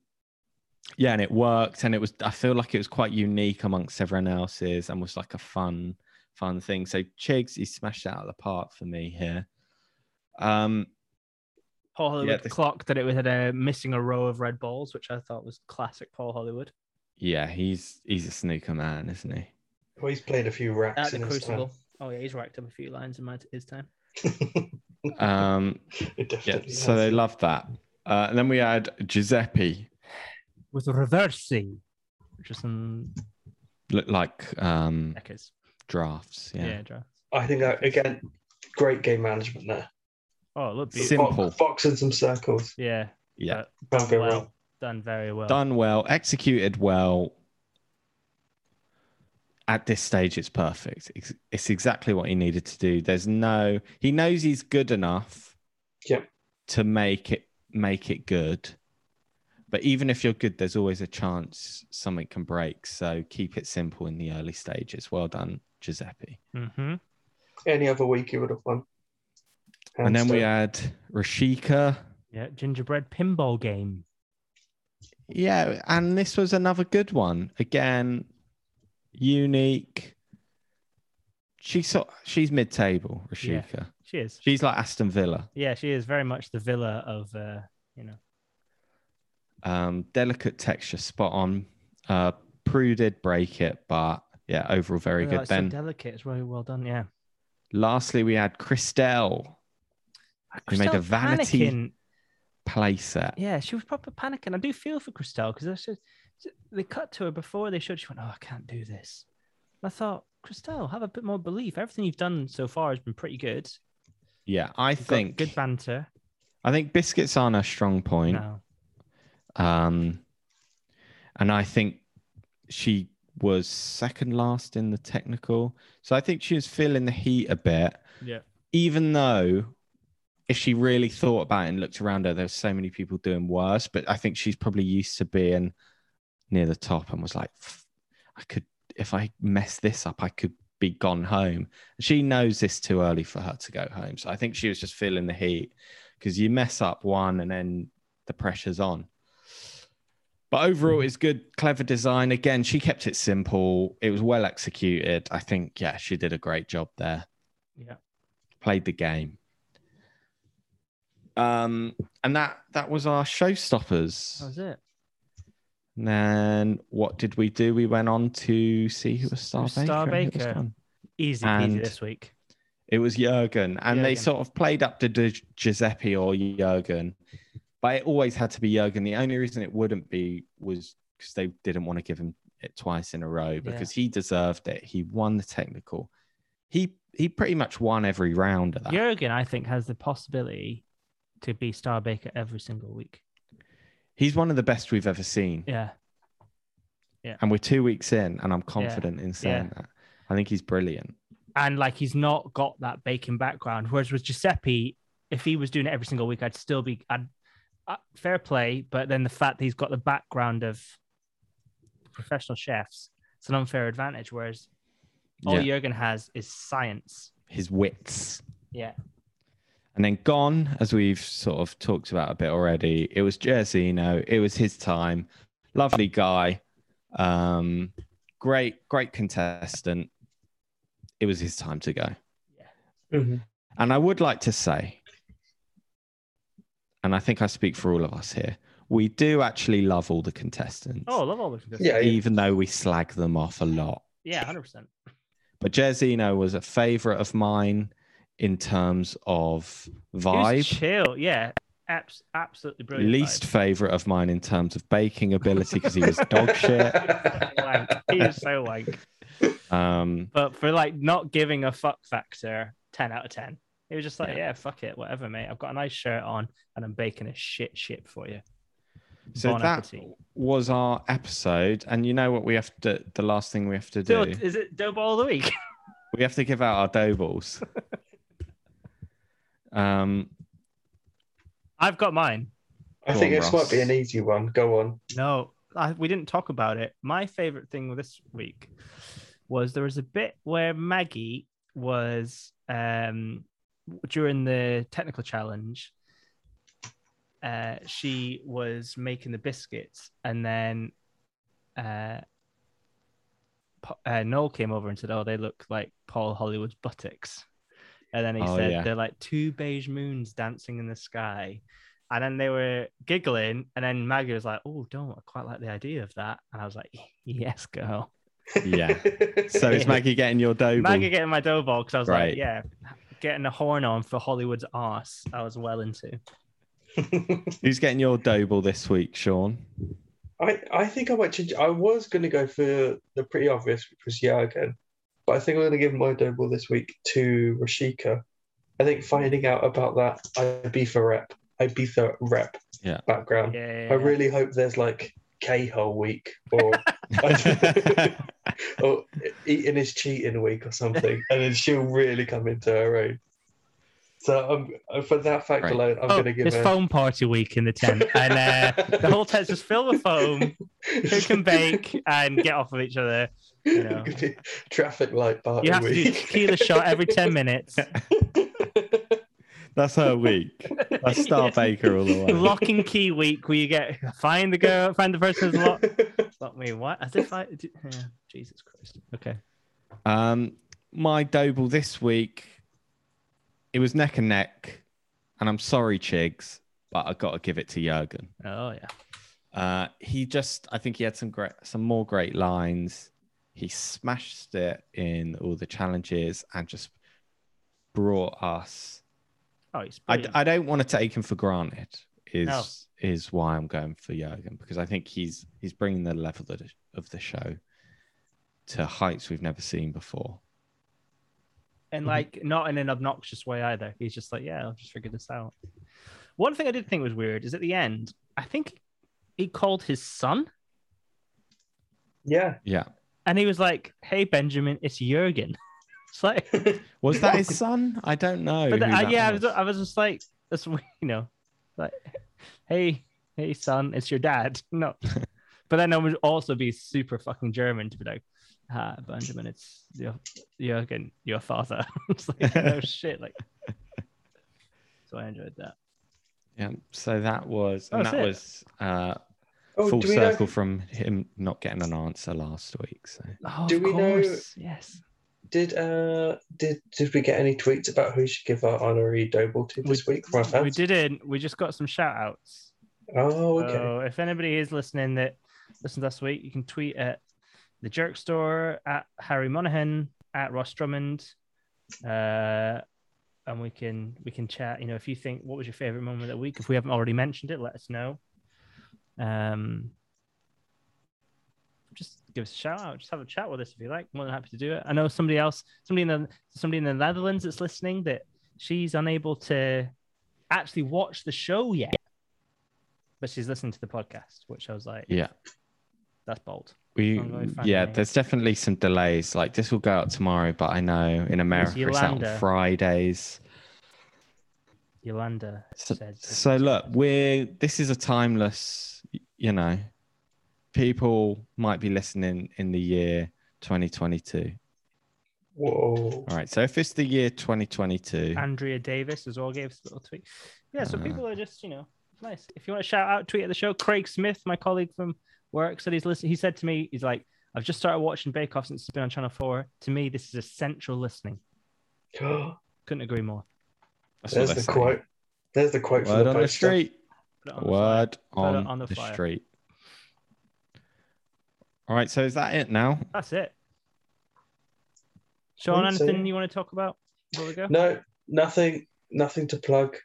B: yeah, and it worked, and it was. I feel like it was quite unique amongst everyone else's, and was like a fun, fun thing. So Chigs, he smashed it out of the park for me here. Um,
A: Paul Hollywood
B: this-
A: clocked that it had a missing a row of red balls, which I thought was classic Paul Hollywood.
B: yeah, he's he's a snooker man, isn't he?
C: Well, he's played a few
A: At
C: racks
A: the
C: in his time.
A: Crucible. Oh yeah, he's racked up a few lines in my, his time.
B: Um,
C: It
B: yeah,
C: definitely
B: so
C: has.
B: they loved that. Uh, and then we had Giuseppe,
A: With reversing, which is some
B: looked like um,
A: echoes.
B: drafts.
A: Yeah,
B: Yeah,
A: draft.
C: I think that again, great game management there.
A: Oh, look,
B: Sim-
A: beautiful.
B: Simple.
C: Fox, fox and some circles.
A: yeah,
B: yeah.
C: Can't go
A: Wow.
C: wrong.
A: done very well.
B: done well, executed well. At this stage, it's perfect. It's, it's exactly what he needed to do. There's no, he knows he's good enough
C: Yep.
B: to make it make it good. But even if you're good, there's always a chance something can break. So keep it simple in the early stages. Well done, Giuseppe.
A: Mm-hmm.
C: Any other week you would have won.
B: and then we
C: Hamster.
B: had Rashika.
A: Yeah, gingerbread pinball game.
B: Yeah, and this was another good one. Again, unique. She sort she's mid table, Rashika.
A: She is.
B: She's like Aston Villa.
A: Yeah, she is very much the villa of uh, you know.
B: Um, delicate texture, spot on. Uh Prue did break it, but yeah, overall very
A: Oh,
B: good.
A: it's so
B: Then
A: delicate. It's really well done. Yeah.
B: lastly we had Christelle We made a
A: Christelle
B: vanity-
A: panicking.
B: playset.
A: Yeah, she was proper panicking. I do feel for Christelle because they cut to her before they showed. She went, "Oh, I can't do this." And I thought, Christelle, have a bit more belief. Everything you've done so far has been pretty good.
B: Yeah, I
A: You've got
B: think
A: good banter.
B: I think biscuits aren't a strong point.
A: No,
B: Um, and I think she was second last in the technical. So I think she was feeling the heat a bit,
A: yeah,
B: even though if she really thought about it and looked around her, there were so many people doing worse. But I think she's probably used to being near the top and was like, "F- I could, if I mess this up, I could be gone home. She knows this too early for her to go home. So I think she was just feeling the heat because you mess up one and then the pressure's on. But overall, it's good, clever design. Again, she kept it simple. It was well executed. I think, yeah, she did a great job there.
A: Yeah.
B: Played the game. Um, and that that was our showstoppers.
A: that was it.
B: And then what did we do? We went on to see who was Star
A: Who's Star
B: Baker. and who was
A: Baker?
B: gone.
A: Easy
B: And-
A: peasy this week.
B: It was Jurgen, and they
A: Jurgen.
B: sort of played up to Di- Giuseppe or Jurgen, but it always had to be Jurgen. The only reason it wouldn't be was because they didn't want to give him it twice in a row because he deserved it. He won the technical. He he pretty much won every round of that.
A: Jurgen, I think, has the possibility to be Star Baker every single week.
B: He's one of the best we've ever seen,
A: Yeah,
B: and we're two weeks in, and I'm confident in saying that. I think he's brilliant.
A: and like he's not got that baking background. Whereas with Giuseppe, if he was doing it every single week, I'd still be. I'd, uh, fair play, but then the fact that he's got the background of professional chefs, it's an unfair advantage. Whereas all
B: Yeah.
A: Jurgen has is science.
B: His wits.
A: Yeah,
B: And then gone, as we've sort of talked about a bit already, it was Jerzino. It was his time. Lovely guy. Um, Great, great contestant. It was his time to go.
A: Mm-hmm.
C: Mhm.
B: And I would like to say, and I think I speak for all of us here, we do actually love all the contestants.
A: Oh, I love all the contestants.
C: Yeah, yeah.
B: Even though we slag them off a lot.
A: Yeah, hundred percent.
B: But Jezino was a favorite of mine in terms of vibe.
A: chill. Yeah, Abs- absolutely brilliant.
B: Least
A: vibe.
B: favorite of mine in terms of baking ability because he was dog shit.
A: wank. He is so wank.
B: Um,
A: But for like not giving a fuck factor, ten out of ten. He was just like,
B: Yeah.
A: yeah. fuck it, whatever, mate. I've got a nice shirt on and I'm baking a shit ship for you.
B: so
A: Bon
B: that
A: appetit.
B: was our episode. And you know what we have to, the last thing we have to
A: Do,
B: do?
A: is it dough ball of the week?
B: We have to give out our dough balls. um,
A: I've got mine.
C: I
B: Go
C: think
B: on,
C: this
B: Ross.
C: might be an easy one. Go on.
A: No, I, we didn't talk about it. My favorite thing this week was there was a bit where Maggie was um, during the technical challenge. Uh, she was making the biscuits, and then uh, Pa- uh, Noel came over and said, "Oh, they look like Paul Hollywood's buttocks." And then he
B: Oh,
A: said,
B: yeah.
A: "They're like two beige moons dancing in the sky." And then they were giggling, and then Maggie was like, "Oh, don't I quite like the idea of that?" And I was like, "Yes, girl."
B: yeah. So is Maggie getting your dough ball?
A: Maggie getting my dough ball because I was
B: Right.
A: like, "Yeah, getting a horn on for Hollywood's arse." I was well into.
B: Who's getting your dough ball this week, Sean?
C: I, I think I might change. I was going to go for the pretty obvious, which was yeah again, but I think I'm going to give my double this week to Rashika. I think finding out about that Ibiza rep, Ibiza rep
B: Yeah.
C: background.
A: Yeah,
C: I really hope there's like K hole week or, or eating is cheating week or something, and then she'll really come into her own. So I'm, for that fact
B: Right.
C: alone, I'm
A: oh,
C: going to give
A: it's
C: her.
A: foam party week in the tent, and uh, the whole tent's just filled with foam. Who can bake and get off of each other? you know.
C: Could be traffic light party
A: You have to do
C: week.
A: tequila shot every ten minutes.
B: That's her week. That's Star Baker all the way.
A: Lock and key week where you get find the girl, find the person who's locked. Lock me what? As if I d- yeah, Jesus Christ. Okay.
B: Um, my dough ball this week, it was neck and neck. And I'm sorry, Chigs, but i got to give it to Jurgen.
A: Oh yeah.
B: Uh, he just, I think he had some great, some more great lines. He smashed it in all the challenges and just brought us.
A: Oh, he's
B: I,
A: brilliant.
B: I don't want to take him for granted. Is
A: No.
B: is why I'm going for Jurgen because I think he's he's bringing the level of the, of the show to heights we've never seen before. Mm-hmm.
A: and like not in an obnoxious way either. He's just like, yeah, I'll just figure this out. One thing I did think was weird is at the end, I think he called his son
C: yeah.
B: Yeah,
A: and he was like, "Hey Benjamin, it's Jurgen." It's like,
B: was that his son? I don't know.
A: but the-
B: who
A: I-
B: that
A: yeah,
B: was.
A: I, was, I was just like, that's you know, like, hey, hey, son, it's your dad. No, but then I would also be super fucking German to be like, ah, Benjamin, it's your Jürgen, your father. it's like, no shit, like. So I enjoyed that.
B: yeah. So that was and
A: That's
B: that
A: it.
B: was uh,
C: Oh,
B: full
C: do we know-
B: circle from him not getting an answer last week. So
A: Oh,
C: Do
A: of
C: we know-
A: course, Yes,
C: did uh did did we get any tweets about who should give our honorary Doble to this week from our
A: we
C: fans?
A: didn't. We just got some shout outs.
C: Oh, okay.
A: So if anybody is listening that listened last week, you can tweet at the Jerk Store at Harry Monaghan at Ross Drummond, uh, and we can we can chat. You know, if you think what was your favorite moment of the week, if we haven't already mentioned it, let us know. Um, just give us a shout out. Just have a chat with us if you like. More than happy to do it. I know somebody else, somebody in the somebody in the Netherlands that's listening that she's unable to actually watch the show yet, but she's listening to the podcast, which I was like,
B: yeah.
A: that's bold.
B: We,
A: I'm very fan
B: yeah,
A: of it.
B: there's definitely some delays. Like this will go out tomorrow, but I know in America it's out on
A: Yolanda.
B: Fridays.
A: Yolanda
B: So,
A: said,
B: so look, we're this is a timeless. y- You know, people might be listening in the year 2022.
C: Whoa.
B: All right, so if it's the year 2022,
A: Andrea Davis as well gave us a little tweet. Yeah, so
B: Uh.
A: people are just, you know, it's nice. If you want to shout out, tweet at the show. Craig Smith, my colleague from work, said he's listening. He said to me, he's like, I've just started watching Bake Off since it's been on Channel 4. To me, this is essential listening. Couldn't agree more.
B: That's what
C: There's
B: they
C: the
B: say.
C: quote. There's the quote from
B: Word
C: the
B: on the
C: poster.
B: street.
A: Put it on the flyer.
B: Word
A: Put it
B: on,
A: on the
B: the,
A: flyer.
B: street. All right, so is that it now?
A: That's it. Sean,
C: think so,
A: anything
C: yeah.
A: you want to talk about before we go?
C: No, nothing, nothing to plug.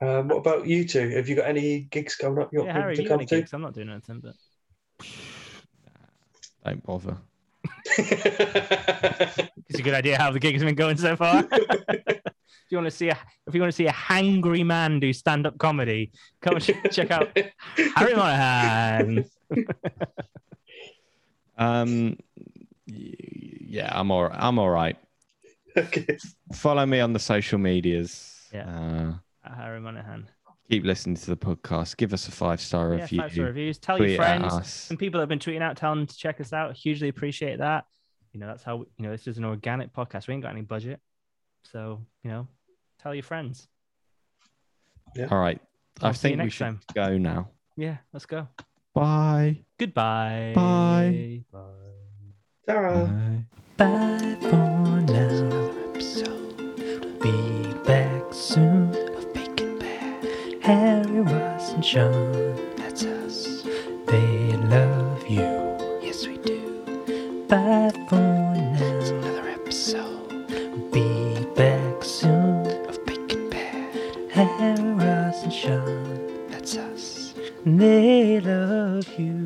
C: Um, what about you two? Have you got any gigs coming up? You want
A: yeah,
C: people
A: Harry,
C: to
A: you got
C: come
A: any
C: to?
A: gigs? I'm not doing anything, but
B: Don't bother.
A: it's a good idea how the gig has been going so far. if you want to see a if you want to see a hangry man do stand up comedy, come and ch- check out Harry Monahan.
B: Um, y- yeah, I'm all. I'm all right.
C: okay.
B: Follow me on the social medias.
A: Yeah.
B: Uh,
A: At Harry Monahan.
B: keep listening to the podcast. Give us a five star
A: Yeah,
B: review.
A: five star reviews. Tell
B: Tweet
A: your
B: at
A: friends.
B: us.
A: Some people have been tweeting out, telling them to check us out. Hugely appreciate that. You know, that's how you know this is an organic podcast. We ain't got any budget, so you know, tell your friends.
B: All right.
A: I'll
B: I
A: see you
B: think we
A: next
B: should
A: time.
B: go now.
A: Yeah, let's go.
B: Bye.
A: Goodbye.
B: Bye.
A: Bye.
C: Tara.
B: Bye.
A: Bye for now. Be back soon. Of Bacon Bear, Harry, Ross, and Sean. That's us. They love you. Yes, we do. Bye for now. It's another episode. Be back soon. Of Bacon Bear, Harry, Ross, and Sean. That's us. They love you.